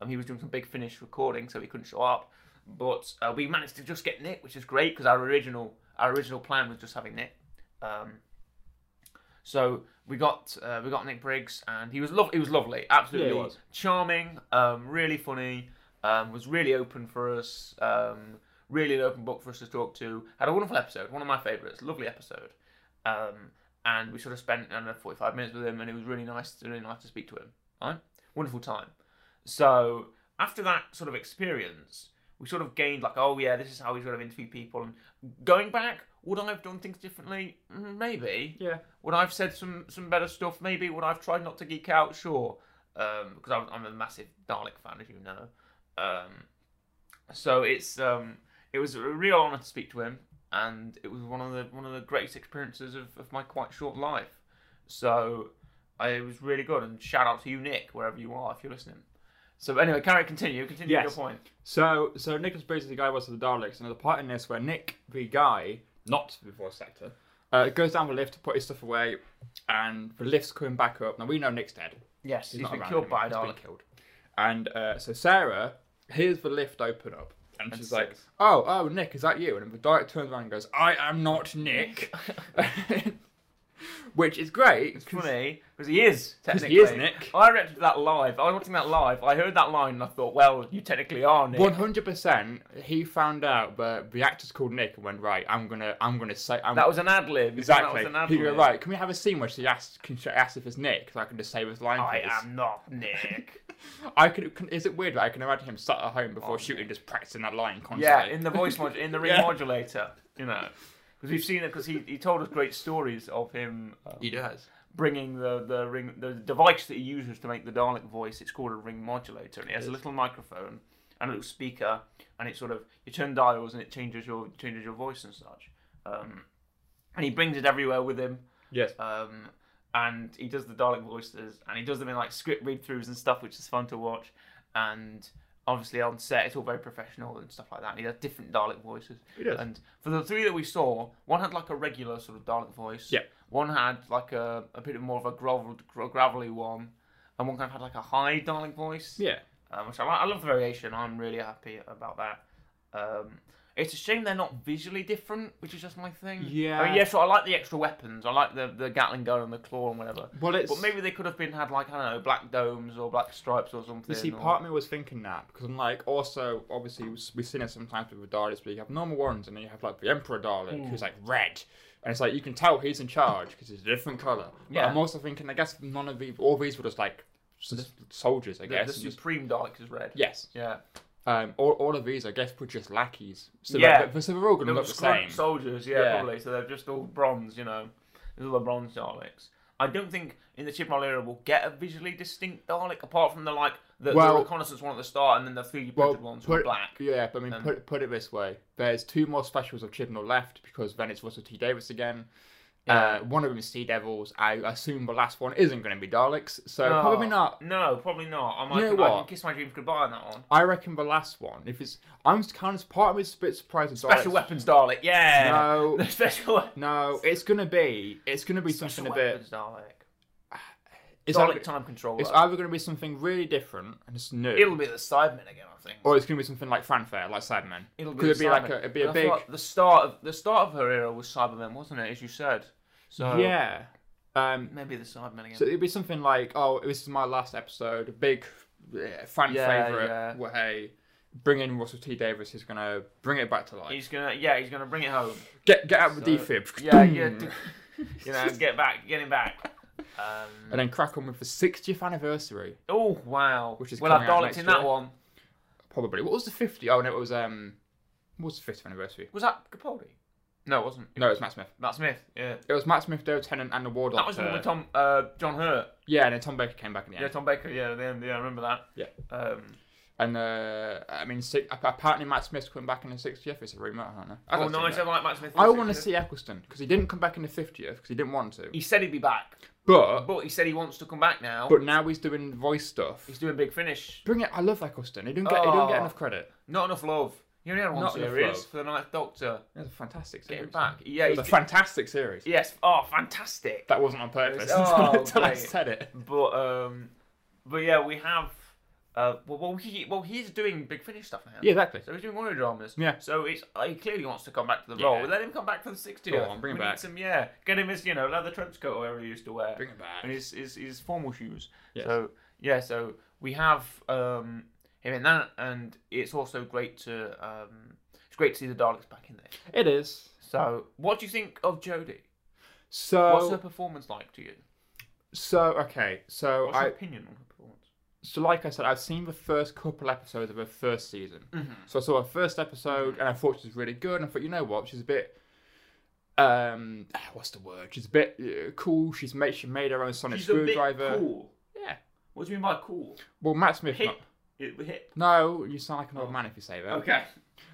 Um, he was doing some big finish recording, so he couldn't show up. But uh, we managed to just get Nick, which is great because our original our original plan was just having Nick. Um, so we got uh, we got Nick Briggs, and he was lov He was lovely, absolutely
Yeah, he was.
charming, um, really funny. Um, was really open for us. Um, really an open book for us to talk to. Had a wonderful episode, one of my favourites. Lovely episode. Um, and we sort of spent I don't know, forty five minutes with him, and it was really nice. Really nice to speak to him. Right, wonderful time. So after that sort of experience, we sort of gained like, oh yeah, this is how we sort of interview people. And going back, would I have done things differently? Mm, Maybe.
Yeah.
Would I've said some some better stuff? Maybe. Would I've tried not to geek out? Sure, because I'm, I'm a massive Dalek fan, as you know. Um, so it's um, it was a real honour to speak to him, and it was one of the one of the greatest experiences of, of my quite short life. So I, it was really good, and shout out to you, Nick, wherever you are, if you're listening. So anyway, carry continue, continue
Yes.
your point.
So, so Nicholas Briggs is the guy who was the Daleks, and there's a part in this where Nick, the guy, not the voice actor, uh, goes down the lift to put his stuff away, and the lift's coming back up. Now we know Nick's dead.
Yes, he's
not
been
around
killed
anymore.
by a
He's been
Dalek.
killed. And uh, so Sarah hears the lift open up, and,
And
she's
says-
like, "Oh, oh, Nick, is that you?" And the Dalek turns around and goes, "I am not Nick," which is great.
It's funny because he is technically.
he is Nick.
I read that live. I was watching that live. I heard that line and I thought, well, you technically are Nick.
One hundred percent. He found out that the actor's called Nick and went right. I'm gonna, I'm gonna say, I'm,
That was an ad lib.
Exactly.
That was an ad
He goes,
lib.
right, can we have a scene where she asks, can she ask if it's Nick? So I can just say his line,
I
please.
am not Nick.
I could, can, is it weird that I can imagine him sat at home before shooting, just practicing that line constantly?
Oh, yeah, in the voice mod- in the
Yeah.
remodulator, you know, because we've seen it. Because he, he told us great stories of him uh,
He does.
bringing the the ring the device that he uses to make the Dalek voice. It's called a ring modulator, and it has a little microphone and a little speaker, and it sort of you turn dials and it changes your changes your voice and such. Um, and he brings it everywhere with him.
Yes.
um, and he does the Dalek voices, and he does them in like script read throughs and stuff, which is fun to watch. And obviously on set, it's all very professional and stuff like that. And he has different Dalek voices.
He does.
And for the three that we saw, one had like a regular sort of Dalek voice.
Yeah.
One had like a, a bit more of a grovel, gro- gravelly one, and one kind of had like a high Dalek voice
Yeah.
um, which I, like. I love the variation. I'm really happy about that. Um, it's a shame they're not visually different, which is just my thing. I
Yeah.
mean, yeah, sure. I like the extra weapons. I like the the Gatling gun and the claw and whatever.
Well, it's.
But maybe they could have been had like I don't know, black domes or black stripes or something.
You see,
or-
part of me was thinking that because I'm like, also, obviously, we- we've seen it sometimes with the Daleks, where you have normal ones, and then you have like the Emperor Dalek, who's like red, and it's like you can tell he's in charge because it's a different color. But
Yeah.
I'm also thinking, I guess none of the all these were just like s- soldiers, I
the,
guess.
the
and just-
Supreme Daleks is red.
yes.
Yeah.
Um, all, all of these, I guess, were just lackeys. So
Yeah.
yeah. They're, so they're all going to
They
look
were
the
scrum
same.
Soldiers, yeah,
Yeah.
probably. So they're just all bronze, you know. They're all the bronze Daleks. I don't think in the Chibnall era we'll get a visually distinct Dalek, apart from the like the, the
Well-
reconnaissance one at the start, and then the three d
well,
printed ones were
put,
black.
Yeah, but I mean,
Um,
put, put it this way: there's two more specials of Chibnall left because then it's Russell T Davis again.
Yeah.
Uh, one of them is Sea Devils. I assume the last one isn't going to be Daleks, so
No.
probably not.
No, probably not. I might
You know
I can
what?
kiss my dreams goodbye on that one.
I reckon the last one. If it's, I'm kind of part of me's a bit surprised. that
Special
Daleks-
weapons Dalek, yeah.
No.
The special weapons.
No, it's gonna be. It's gonna be
Special
something a bit.
weapons Dalek.
It's
Dalek
either,
time controller.
it's either gonna be something really different and it's new,
It'll be the Sidemen again, I think.
or it's gonna be something like fanfare, like Sidemen.
It'll
Could it
the
be like
Cybermen.
a- it'd be a
But I thought
big-
The start of the start of her era was Cybermen, wasn't it? As you said. So
yeah. Um,
maybe the Cybermen again.
So it'd be something like, oh, this is my last episode, a big uh, fan
Yeah,
favorite.
yeah.
Well, hey, bring in Russell T Davis. He's gonna bring it back to life.
he's gonna, yeah, he's gonna bring it home.
Get get out of the
So-
defib. Hmm.
Yeah, yeah, d- you know, get back, get him back. Um,
And then crack on with the 60th anniversary,
oh wow,
Which is
well, I've
coming out
Daleks
next
in that
year.
one.
probably. What was the 50? Oh no, it was um, what was the 50th anniversary?
Was that Capaldi? No, it wasn't.
No, it was Matt Smith.
Matt Smith. Yeah,
It was Matt Smith, Daryl Tennant, and the War Doctor.
that was the one with Tom, uh, John Hurt.
Yeah, and then Tom Baker came back in the
Yeah.
end.
Tom Baker. Yeah, then yeah, I remember that.
Yeah.
Um,
And uh, I mean, si- apparently Matt Smith's coming back in the 60th. It's a rumor. I don't know. I'd
oh,
like to
nice.
know.
I like Matt Smith.
I want to see Eccleston because he didn't come back in the 50th because he didn't want to.
He said he'd be back,
But
but he said he wants to come back now.
But now he's doing voice stuff.
He's doing Big Finish.
Bring it. I love Eccleston. He don't get. He don't get
Oh.
enough credit.
Not enough love. You only had one
Not enough
series
love.
for the Ninth Doctor.
It was a fantastic
Get
series.
him back. Yeah,
It was
he's-
a fantastic series.
yes. Oh, fantastic.
That wasn't on purpose.
It was-
until I
oh,
said it.
But um, but yeah, we have. Uh, well, well, he well he's doing Big Finish stuff now.
Yeah, exactly.
So he's doing audio dramas.
Yeah.
So it's uh, he clearly wants to come back to the
Yeah.
role. Let him come back for the 60th.
Go on, bring him
We need
back.
Some, yeah. Get him his you know leather trench coat or whatever he used to wear.
Bring it back.
and his his, his formal shoes.
Yes.
So yeah, so we have um him in that, and it's also great to um it's great to see the Daleks back in there.
It is.
So, what do you think of Jodie? What's her
So
performance like to you?
so okay. So
What's
I
your opinion on her performance?
so like I said, I've seen the first couple episodes of her first season.
Mm-hmm.
So I saw her first episode and I thought she was really good. And I thought, you know what, she's a bit. Um, what's the word? She's a bit uh, cool. She's made she made her own sonic
She's
screwdriver.
a bit cool.
Yeah.
What do you mean by cool?
Well, Matt Smith.
Hip.
not-
It, hip.
No, you sound like an old man if you say that.
Oh. Okay.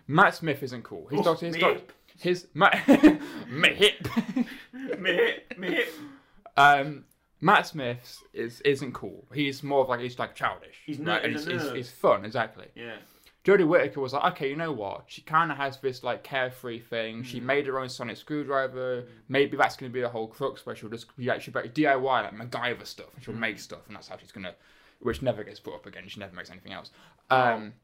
Matt Smith isn't cool. His
Oof,
doctor, his
me
doctor,
hip.
his Matt, me hip.
me hip. Me hip.
um, Matt Smith is isn't cool. He's more of like he's like childish.
He's
right?
nerd-
And
he's
He's,
a
he's,
nerd.
he's fun, exactly.
Yeah.
Jodie Whittaker was like, okay, you know what? She kind of has this like carefree thing.
Mm.
She made her own sonic screwdriver. Maybe that's going to be the whole crux where she'll just yeah, she'll be DIY like MacGyver stuff, and she'll
Mm.
make stuff, and that's how she's gonna, which never gets brought up again. She never makes anything else. Um,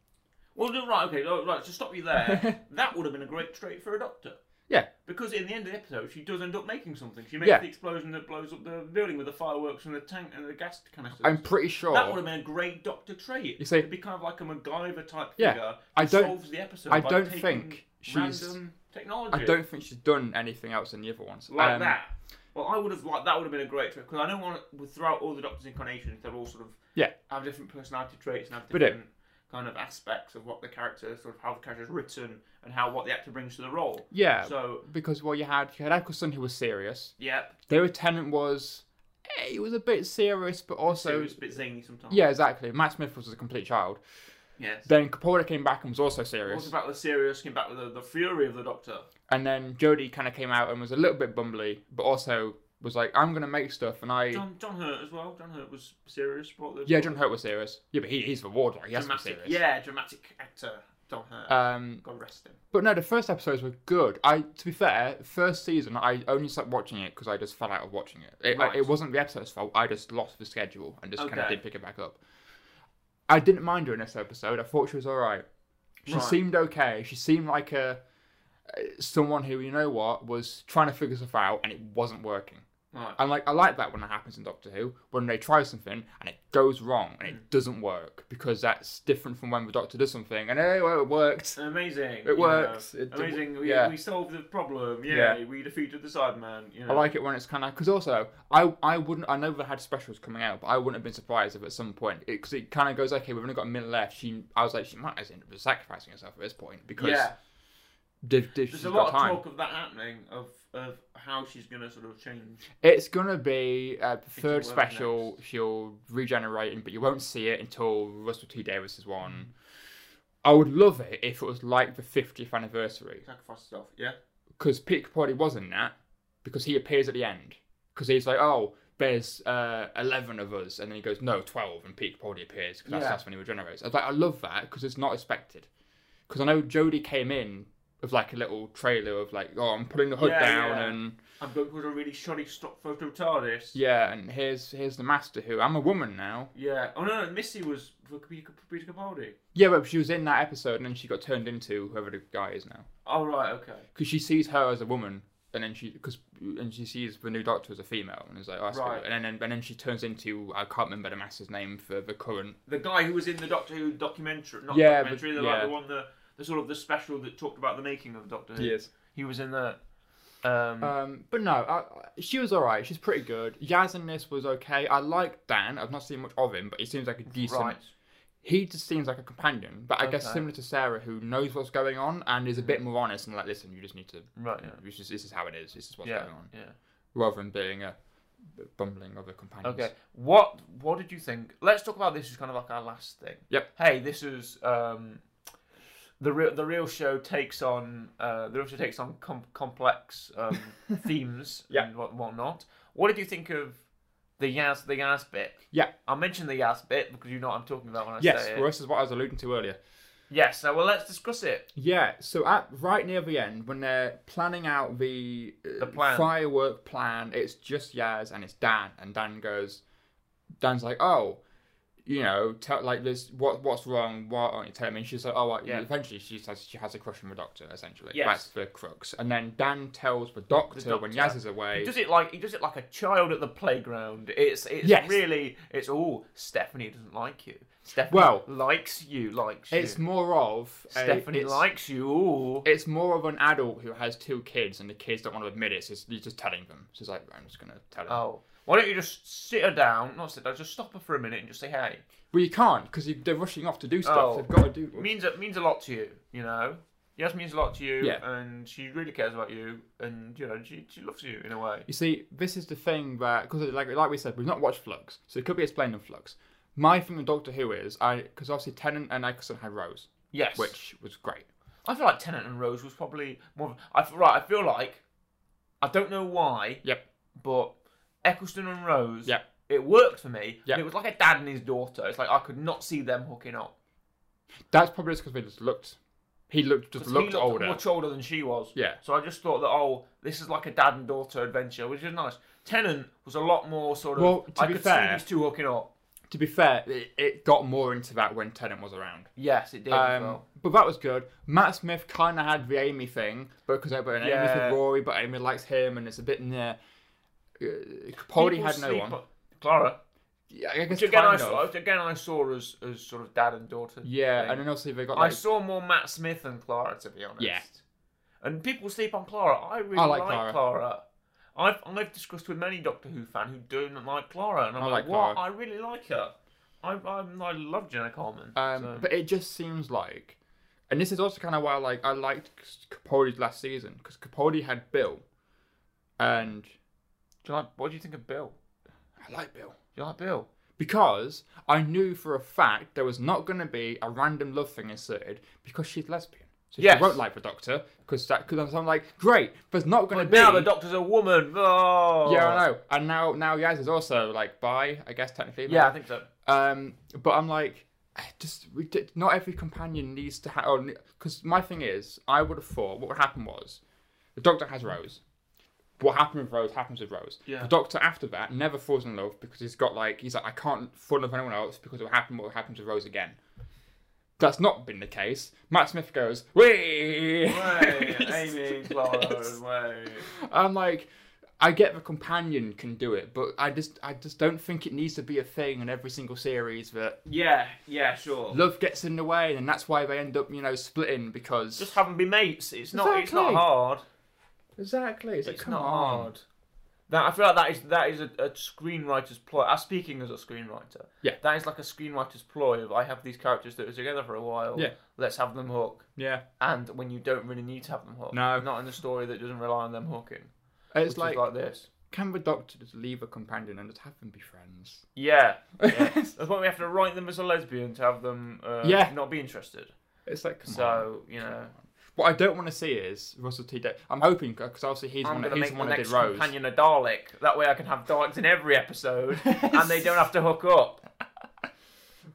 Well, no, right. Okay. no, Right. To stop you there, that would have been a great trait for a doctor.
yeah,
Because in the end of the episode, she does end up making something. She makes
Yeah.
the explosion that blows up the building with the fireworks and the tank and the gas canister.
I'm pretty sure.
That would have been a great Doctor trait.
You see-
It'd be kind of like a MacGyver type
Yeah,
figure. who
I don't-
Solves the episode
I
by
don't
taking
think she's-
random technology.
I don't think she's done anything else than the other ones.
like
Um,
that. Well, I would have like that would have been a great trick because I don't want to, throughout all the Doctor's incarnations they're all sort of
Yeah.
have different personality traits and have
But it-
different kind of aspects of what the character sort of how the character's written and how what the actor brings to the role.
Yeah.
So
because well, you had you had Eccleston who was serious.
yep,
David Tennant was, eh, he was a bit serious, but
so
also
it's a bit zany sometimes.
yeah, exactly. Matt Smith was a complete child.
Yes.
Then Capaldi came back and was also
What
serious,
about the serious? Came back with the, the fury of the Doctor.
and then Jodie kind of came out and was a little bit bumbly, but also was like, I'm gonna make stuff, and I.
John John Hurt as well. John Hurt was serious. Brought the
yeah, John Hurt was serious. Yeah, but he, he's the warlord. He has to be
dramatic,
serious.
yeah, dramatic actor John Hurt.
Um,
God rest him.
But no, the first episodes were good. I, to be fair, first season I only stopped watching it because I just fell out of watching it. It,
Right.
it wasn't the episode's fault. I just lost the schedule and just kind of
Okay.
didn't pick it back up. I didn't mind her in this episode. I thought she was all right. She
Right.
seemed okay. She seemed like a uh, someone who you know what was trying to figure stuff out and it wasn't working.
Right.
And like I like that when it happens in Doctor Who, when they try something and it goes wrong and
Mm.
it doesn't work because that's different from when the Doctor does something and hey, well, it worked.
Amazing.
It works. It-
Amazing. We,
yeah.
we solved the problem. Yay.
Yeah.
We defeated the Cyberman. You know.
I like it when it's kind of because also I I wouldn't I know they had specials coming out, but I wouldn't have been surprised if at some point it because it kind of goes okay, we've only got a minute left. She I was like she might as end up sacrificing herself at this point because
Yeah.
they've- they've-
There's
she's
a
got
lot of
time.
talk of that happening of of how she's gonna sort of change.
It's gonna be uh, the third
will
special. She'll regenerate, but you won't see it until Russell T Davis's
Mm.
one. I would love it if it was like the 50th anniversary
Sacrifice herself. Yeah.
because Peter Capaldi was in that because he appears at the end because he's like, oh, there's uh, eleven of us, and then he goes, no, twelve, and Peter Capaldi appears because that's,
Yeah.
that's when he regenerates. I was like, I love that because it's not expected because I know Jodie came in with like a little trailer of like, oh, I'm putting the hood
Yeah,
down
yeah.
and.
I'm going to put a really shoddy stock photo TARDIS.
Yeah, and here's here's the master who I'm a woman now.
Yeah. Oh no, no, Missy was for Peter Peter Capaldi.
Yeah, but she was in that episode and then she got turned into whoever the guy is now.
Oh right. Okay.
Because she sees her as a woman, and then she because and she sees the new doctor as a female, and is like, oh, that's
Right.
good. and then and then she turns into I can't remember the master's name for the current.
The guy who was in the Doctor Who documentary, not
Yeah, but-
documentary, the,
yeah.
like, the one the the sort of the special that talked about the making of Doctor Who.
Yes.
He was in that. Um,
Um, but no, I, I- she was alright. She's pretty good. Yaz in this was okay. I like Dan. I've not seen much of him, but he seems like a decent.
right.
He just seems like a companion, but I guess
Okay.
similar to Sarah, who knows what's going on and is a bit more honest and like, listen, you just need to
Right. Yeah.
This is this is how it is. This is what's
Yeah.
going on,
Yeah.
rather than being a bumbling other companion.
Okay. What What did you think? Let's talk about this as kind of like our last thing.
Yep.
Hey, this is um, the real the real show takes on uh, the real show takes on com- complex um, themes
Yeah.
and what whatnot. What did you think of the Yaz the Yaz bit?
Yeah.
I mentioned the Yaz bit because you know what I'm talking about when I
Yes,
say
well,
it.
this is what I was alluding to earlier.
Yes. So well, let's discuss it.
Yeah, so at right near the end, when they're planning out the, uh,
The plan.
firework plan, it's just Yaz and it's Dan, and Dan goes, Dan's like, oh, you know, tell like this, what what's wrong? Why aren't you telling me? And she's like, oh, well,
Yeah.
eventually she says she has a crush on the doctor. Essentially,
Yes.
that's the crux. And then Dan tells the doctor, when
doctor.
Yaz is
He
away.
does it like he does it like a child at the playground. It's it's
Yes.
really it's all Stephanie doesn't like you. Stephanie
Well-
likes you, likes you.
It's more of a-
Stephanie
it's-
likes you. Ooh.
it's more of an adult who has two kids and the kids don't want to admit it. So it's- you're just telling them. So it's like, I'm just going to tell them.
Oh. Why don't you just sit her down? Not sit down, just stop her for a minute and just say, hey.
Well, you can't because they're rushing off to do stuff.
Oh.
They've got to do.
It means, it means a lot to you, you know? Yes, means a lot to you,
Yeah.
and she really cares about you, and, you know, she, she loves you in a way.
You see, this is the thing that because like like we said, we've not watched Flux, so it could be explained in Flux. My thing with Doctor Who is I because obviously Tennant and Eccleston had Rose,
Yes.
which was great.
I feel like Tennant and Rose was probably more. of- I feel, right, I feel like. I don't know why,
Yep.
but Eccleston and Rose.
Yep.
It worked for me.
Yep.
and It was like a dad and his daughter. It's like I could not see them hooking up.
That's probably just because they just looked. He looked just
'Cause
looked,
he
older.
much older than she was.
Yeah.
So I just thought that oh, this is like a dad and daughter adventure, which is nice. Tennant was a lot more sort of.
Well, to
I
be
could
fair-
see these two hooking up.
To be fair, it, it got more into that when Tennant was around.
Yes, it did. as
Um,
well.
but that was good. Matt Smith kind of had the Amy thing because they were Amy's
Yeah.
with Rory, but Amy likes him, and it's a bit near. Uh, Capaldi
People
had no
sleep
one.
on- Clara.
Yeah, I guess
Which again, I
kind
saw,
of.
which again, I saw as as sort of dad and daughter.
Yeah,
thing.
and then obviously they got
I
like,
saw more Matt Smith than Clara, to be honest.
Yeah.
And people sleep on Clara. I really
I like
like,
Clara.
Clara. I've I've discussed with many Doctor Who fan who don't like Clara, and I'm
I
like,
like
what?
Clara.
I really like her. I I'm, I love Jenna Coleman.
um,
so-
but it just seems like, and this is also kind of why like I liked Capaldi's last season because Capaldi had Bill, and
Do you like, what do you think of Bill?
I like Bill
Do you like Bill?
because I knew for a fact there was not going to be a random love thing inserted because she's lesbian. So
Yes.
she won't like the Doctor because that because I'm like great, there's not going
But
to be
now the Doctor's a woman. Oh.
yeah I know and now now Yaz is also like bi I guess technically
Yeah, I think so.
Um, but I'm like, I just we did, not every companion needs to have. Because my thing is, I would have thought what would happen was, the Doctor has Rose. What happened with Rose happens with Rose.
Yeah.
The Doctor after that never falls in love because he's got like he's like I can't fall in love with anyone else because it'll happen what happens with Rose again. That's not been the case. Matt Smith goes, "Wee."
Way, Amy, Clara, way.
I'm like, I get the companion can do it, but I just I just don't think it needs to be a thing in every single series that
Yeah, yeah, sure.
love gets in the way, and that's why they end up you know splitting because
Just have them be mates. It's not. It's not
Exactly.
hard.
exactly it's,
It's,
like, come
not
on.
hard.
That I feel like that is that is a, a screenwriter's ploy. I'm speaking as a screenwriter.
Yeah.
That is like a screenwriter's ploy of I have these characters that are together for a while.
Yeah.
Let's have them hook.
Yeah,
And when you don't really need to have them hook.
No.
Not in a story that doesn't rely on them hooking.
it's
which
like,
is like this.
can the Doctor just leave a companion and just have them be friends?
Yeah. That's why we have to write them as a lesbian to have them uh,
Yeah.
not be interested.
it's like come on.
So you know,
What I don't want to see is Russell T. Davies. I'm hoping because obviously he's
I'm
one.
gonna
He's
make
the
my
one that did
next
Rose.
companion a Dalek. That way I can have Daleks in every episode, and they don't have to hook up.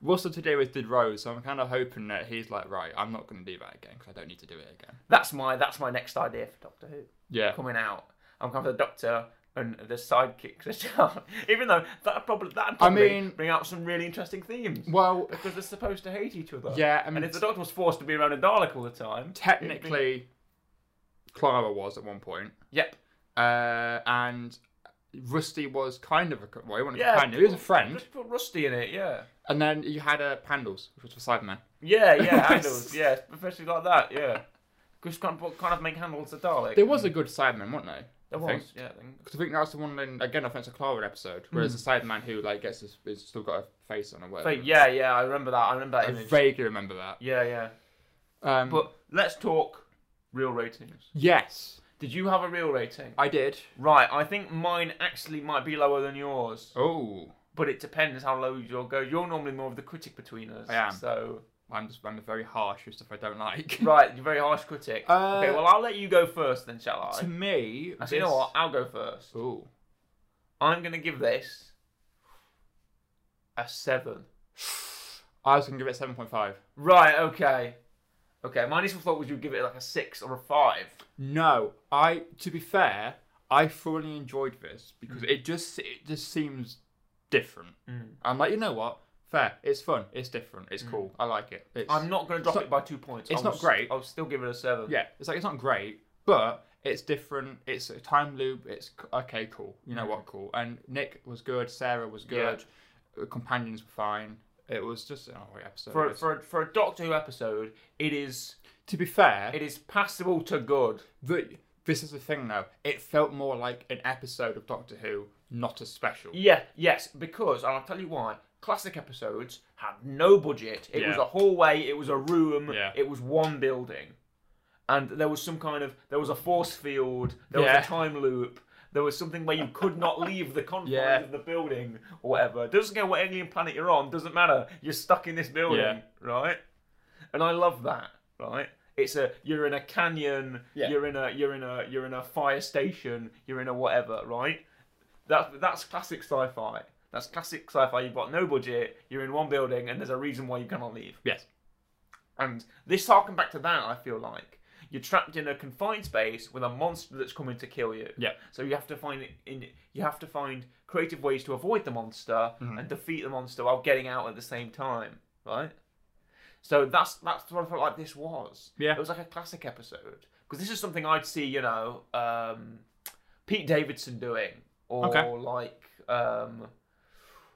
Russell T. Davies did Rose, so I'm kind of hoping that he's like, right, I'm not going to do that again because I don't need to do it again.
That's my that's my next idea for Doctor Who.
Yeah,
coming out. I'm going for the Doctor and the sidekick Christian. Even though that probably that probably
mean-
bring out some really interesting themes
well,
because they're supposed to hate each other.
yeah, I mean,
And if the Doctor was forced to be around a Dalek all the time,
technically, Clara was at one point,
yep.
uh, and Rusty was kind of a co- well, he wasn't a
Yeah,
companion. He was a friend,
Just put Rusty in it, yeah.
and then you had uh, Pandals, which was for Cyberman.
Yeah, yeah, handles, yeah, especially like that, yeah. Just can't, put- can't have make handles a Dalek.
There was a good Cyberman, wasn't there?
there
I think.
was, yeah. I think.
Because I think that's the one. In, again, I think it's a Clara episode, whereas the
Hmm.
Cyberman who like gets his, is still got a face on or
So,
whatever.
yeah, yeah, I remember that. I remember that
I
image.
vaguely remember that.
Yeah, yeah.
Um,
But let's talk real ratings.
yes,
Did you have a real rating?
I did.
Right, I think mine actually might be lower than yours,
Oh,
but it depends how low you'll go. You're normally more of the critic between us.
I am.
So,
I'm just I'm very harsh with stuff I don't like.
right, you're a very harsh critic.
Uh,
okay, well, I'll let you go first then, shall I?
To me,
Actually, you know what? I'll go first.
Oh,
I'm going to give this a 7.
I was gonna give it seven point five.
Right, okay. Okay, my initial thought was you'd give it like a 6 or a 5.
No, I. To be fair, I thoroughly enjoyed this because
Mm.
it just it just seems different. I'm like, you know what? Fair. It's fun. It's different. It's cool. I like it. It's,
Mm. I'm not going to drop
not-
it by two points.
it's
I'll
not
s-
great.
I'll still give it a 7.
Yeah, it's like it's not great, but it's different. It's a time loop. It's c- okay, cool. You know
Mm.
what? Cool. And Nick was good. Sarah was good. uh Companions were fine. It was just an alright episode.
For,
It
a-
was-
for, a- for a Doctor Who episode, it is
to be fair,
it is passable to good.
the, this is the thing though. It felt more like an episode of Doctor Who, not a special.
Yeah, yes, because and I'll tell you why. Classic episodes had no budget. It was
Yeah.
a hallway. It was a room.
Yeah.
It was one building, and there was some kind of there was a force field. There
Yeah.
was a time loop. There was something where you could not leave the confines
Yeah.
of the building or whatever. Doesn't care what alien planet you're on. Doesn't matter. You're stuck in this building,
Yeah.
right? And I love that, right? It's a you're in a canyon.
Yeah.
You're in a you're in a you're in a fire station. You're in a whatever, right? That, that's classic sci-fi. That's classic sci-fi. You've got no budget. You're in one building, and there's a reason why you cannot leave.
Yes.
And this harken back to that. I feel like you're trapped in a confined space with a monster that's coming to kill you.
Yeah.
So you have to find in you have to find creative ways to avoid the monster and defeat the monster while getting out at the same time, right? So that's that's what I felt like this was.
Yeah.
It was like a classic episode because this is something I'd see, you know, um, Pete Davidson doing, or
Okay.
like um,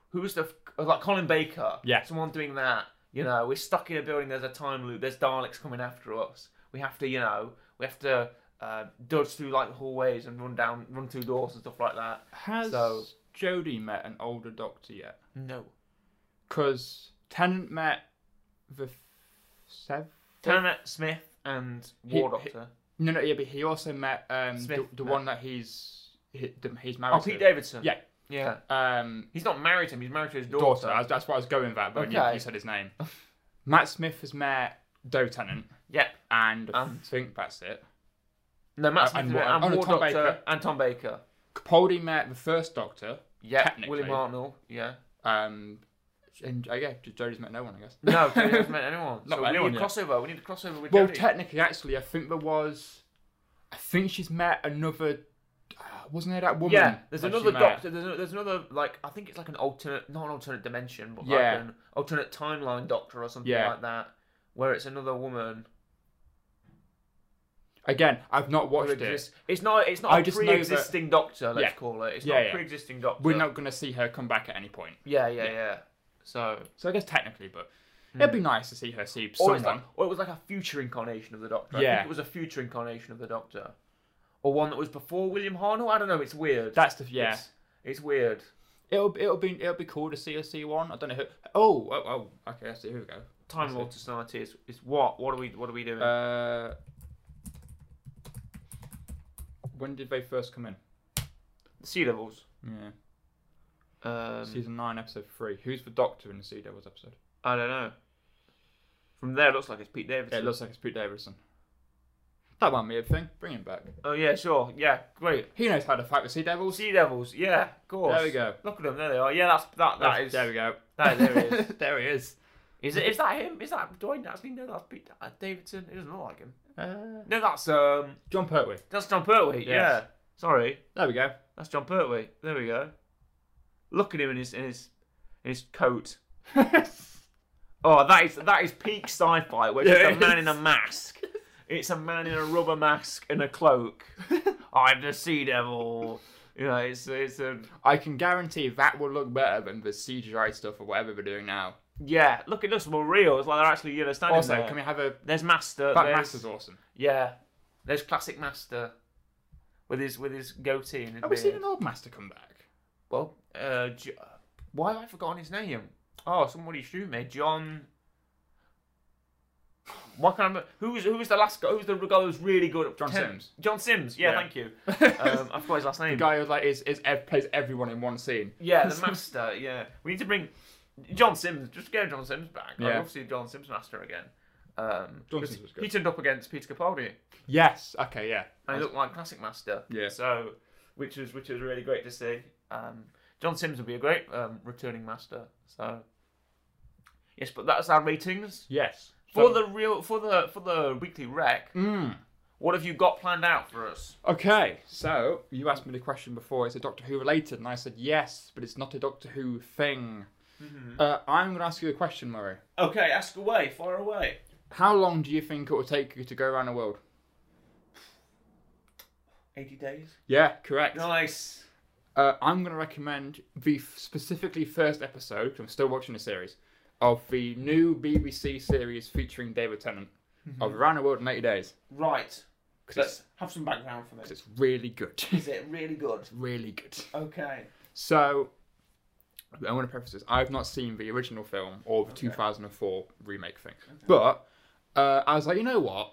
who was the like Colin Baker?
Yeah.
Someone doing that. You know, we're stuck in a building. There's a time loop. There's Daleks coming after us. We have to, you know, we have to uh, dodge through like hallways and run down, run through doors and stuff like that.
Has
So-
Jodie met an older Doctor yet?
No.
Because Tennant met the f- sev.
Tennant Smith and
He-
War
he-
Doctor.
No, no, yeah, but he also met um the,
Smith
the
met.
one that he's he, the- he's married
Oh,
to.
Pete Davidson.
Yeah.
Yeah.
Um,
He's not married to him. He's married to his daughter.
daughter. That's, that's what I was going with that, but when you,
Okay.
you said his name. Matt Smith has met Doe Tennant,
Yep.
and I
And-
think that's it.
No, Matt
Uh,
Smith
and
and,
War-
and
oh, no,
War
Tom
Doctor
Baker.
and Tom Baker.
Capaldi met the first Doctor.
Yeah.
Technically.
William Hartnell. Yeah.
Um, and uh, yeah, Jodie's met no one, I guess.
No, Jodie hasn't met anyone.
Not
so
met
we
anyone
need a
yet.
crossover. We need a crossover with
Well,
Jodie.
technically, actually, I think there was. I think she's met another. Uh, wasn't there that woman?
yeah, there's
that she
another
met?
doctor. There's, a, there's another like I think it's like an alternate, not an alternate dimension, but
Yeah.
like an alternate timeline doctor or something
Yeah.
like that, where it's another woman.
Again, I've not watched it.
Pre-exist- It's not. It's not
I
a
just know that-
pre-existing doctor. Let's
Yeah.
call it. It's
Yeah,
not a
yeah.
pre-existing doctor.
We're not going to see her come back at any point.
Yeah, yeah, yeah. So
So I guess technically, but it'd be nice to see her see
Hmm. or
someone.
it's like, or it was like a future incarnation of the Doctor. I
Yeah.
think it was a future incarnation of the Doctor, or one that was before William Hartnell. I don't know. It's weird.
That's the yeah.
It's, it's weird.
It'll it'll be it'll be cool to see her see one. I don't know who. Oh oh, oh okay. I see. Here we go.
Time Lord Society is, is what? What are we? What are we doing?
Uh, when did they first come in?
sea levels.
Yeah,
Um,
season nine, episode three. Who's the Doctor in the Sea Devils episode?
I don't know. From there, it looks like it's Pete Davidson.
Yeah, it looks like it's Pete Davidson. That might be a thing. Bring him back.
oh yeah, sure. Yeah, great.
He knows how to fight the Sea Devils.
Sea Devils. Yeah, of course.
There we go.
Look at them. There they are. Yeah, that's that. That
That's-
is.
There we go.
That, there he is.
there he is.
Is it? Is that him? Is that? Do I actually know that's Pete uh, Davidson? It doesn't look like him.
Uh,
No, that's um.
John Pertwee.
That's John Pertwee. Yeah.
Yes.
Sorry,
There we go.
that's John Pertwee. There we go. Look at him in his in his in his coat. Oh, that is that is peak sci-fi, where
Yeah,
it's
it
a man in a
is.
mask. It's a man in a rubber mask and a cloak. I'm the sea devil. You know, it's it's a
I can guarantee that will look better than the CGI stuff or whatever they're doing now.
yeah. Look, it looks more real. It's like they're actually you know standing
Also,
there.
can we have a
There's master.
that
there's-
master's awesome?
Yeah. There's classic master with his with his goatee and his
Have we seen
beard.
an old master come back?
Well, uh, J- why have I forgotten his name? Oh, somebody shoot me, John. What kind of who was who was the last guy? Who was the guy who was really good? at
John
pretend-
Sims.
John Sims. Yeah,
Yeah.
thank you. Um, I forgot his last name.
The guy who like is, is ev- plays everyone in one scene.
Yeah, the master. Yeah, we need to bring John Sims. Just get John Sims back. I'd
Yeah.
love to see John Sims master again. Um,
John
'cause
Sims was
He
good.
turned up against Peter Capaldi.
Yes. Okay. Yeah.
and he looked like classic master.
Yeah.
So, which was which was really great to see. Um, John Sims would be a great um, returning master. So, yes, but that's our ratings
Yes.
for the real for the for the weekly rec.
Mm.
What have you got planned out for us?
Okay. So you asked me the question before. Is it Doctor Who related? And I said yes, but it's not a Doctor Who thing. Uh, I'm going to ask you a question, Murray.
Okay, ask away, far away.
How long do you think it will take you to go around the world?
Eighty days.
Yeah, correct.
Nice.
Uh, I'm going to recommend the f- specifically first episode. 'cause I'm still watching the series of the new BBC series featuring David Tennant of Around the World in 80 Days
Right.
it's-
Let's have some background for
because
this.
it's really good.
Is it really good?
really good.
Okay.
So, I want to preface this. I've not seen the original film or the 2004 remake thing. But uh, I was like, you know what?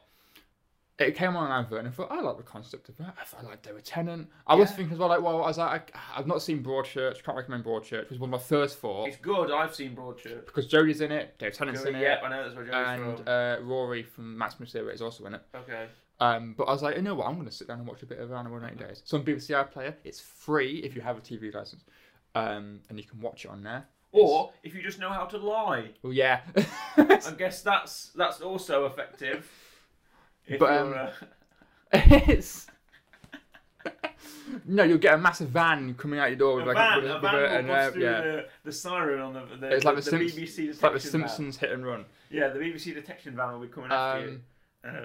It came on an advert and I thought, I like the concept of that. I thought I like David Tennant. I was
Yeah.
thinking as well, like, well, I was like, I, I've not seen Broadchurch. Can't recommend Broadchurch. It was one of my first thoughts
It's good. I've seen Broadchurch.
because Jodie's in it, David Tennant's in it,
Yeah, I know that's where Jody's
and
from.
uh, Rory from Maximum Theory is also in it.
okay.
Um, but I was like, you know what? I'm going to sit down and watch a bit of Around the World in 80 Days. It's on BBC iPlayer. It's free if you have a TV license, um, and you can watch it on there.
Or if you just know how to lie.
Well, yeah.
I guess that's that's also effective. If
But,
you're,
um,
uh,
it's... no, you'll get a massive van coming out your door
a
with like
van,
with
a
with
van will
an
bust
air-
through
yeah.
the, the siren on the, the,
It's like the,
the,
Simps-
BBC
it's like the
detection van.
Simpsons hit and run.
Yeah, the BBC detection van will be coming after you.
Um,
Uh,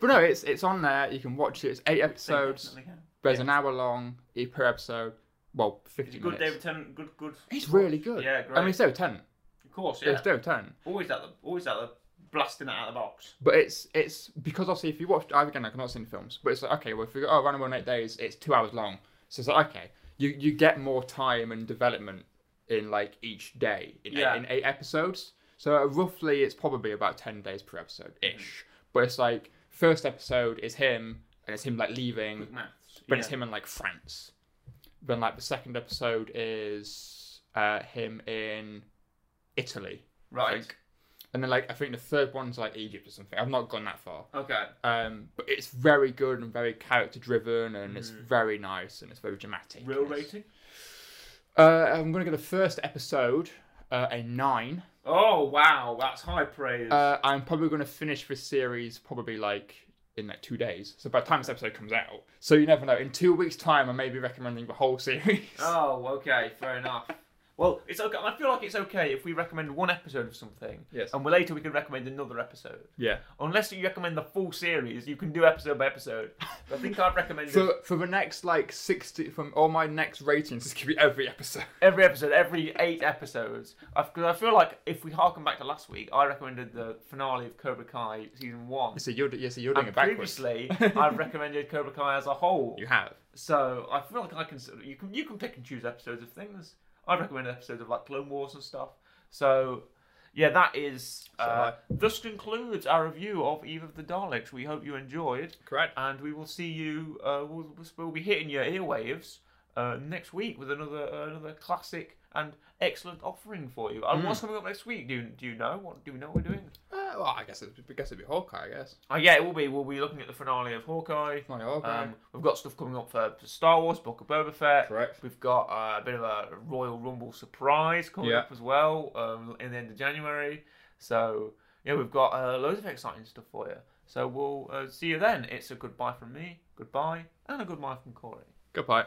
but no, it's it's on there. You can watch it. It's eight episodes.
definitely can.
There's an hour long e- per episode. Well,
He's
fifty
a good
minutes.
David Tennant, good good.
He's really good.
Yeah,
I
great.
mean, it's David Tennant.
Of course, yeah.
It's David Tennant.
Always at the always at the blasting it out of the box.
But it's it's because obviously if you watch I've again I've not seen the films, but it's like okay, well if you go oh Run Away in Eight Days, it's two hours long. So it's like okay, you you get more time and development in like each day in,
Yeah.
eight, in eight episodes. So roughly it's probably about ten days per episode ish. But it's like first episode is him and it's him like leaving,
Maths.
but it's him in like France. Then like the second episode is uh, him in Italy. I
Right.
think. And then like I think the third one's like Egypt or something. I've not gone that far.
Okay.
Um, but it's very good and very character driven and it's very nice and it's very dramatic.
Mm. Real
and it's-
rating.
Uh, I'm gonna give the first episode uh, a nine.
Oh wow, that's high praise.
Uh, I'm probably gonna finish this series probably like in like two days. So by the time this episode comes out,
Ah.
so you never know. In two weeks' time, I may be recommending the whole series.
oh okay, fair enough. Well, it's okay. I feel like it's okay if we recommend one episode of something,
Yes.
and later we can recommend another episode.
Yeah.
Unless you recommend the full series, you can do episode by episode. I think I'd recommend
For for the next like sixty from all my next ratings, just give me every episode.
every episode, every eight episodes. I, f- I feel like if we harken back to last week, I recommended the finale of Cobra Kai season one.
So you're yeah, so you're doing
And
it backwards.
previously, I've recommended Cobra Kai as a whole.
You have.
So I feel like I can sort of- you can you can pick and choose episodes of things. I've recommended episodes of like Clone Wars and stuff. So yeah, that is uh, thus concludes our review of Eve of the Daleks. We hope you enjoyed,
Correct.
and we will see you. Uh, we'll, we'll be hitting your earwaves uh, next week with another uh, another classic and excellent offering for you. And what's coming up next week? Do you, do you know what do we know what we're doing?
Uh, well, I guess it, I guess it'd be Hawkeye. I guess.
Oh yeah, it will be. We'll be looking at the finale of Hawkeye.
Come on, Hawkeye.
Um, we've got stuff coming up for Star Wars, Book of Boba Fett.
Correct.
We've got uh, a bit of a Royal Rumble surprise coming
Yeah.
up as well um, in the end of January. So yeah, we've got uh, loads of exciting stuff for you. So we'll uh, see you then. It's a goodbye from me, goodbye, and a goodbye from Corey.
Goodbye.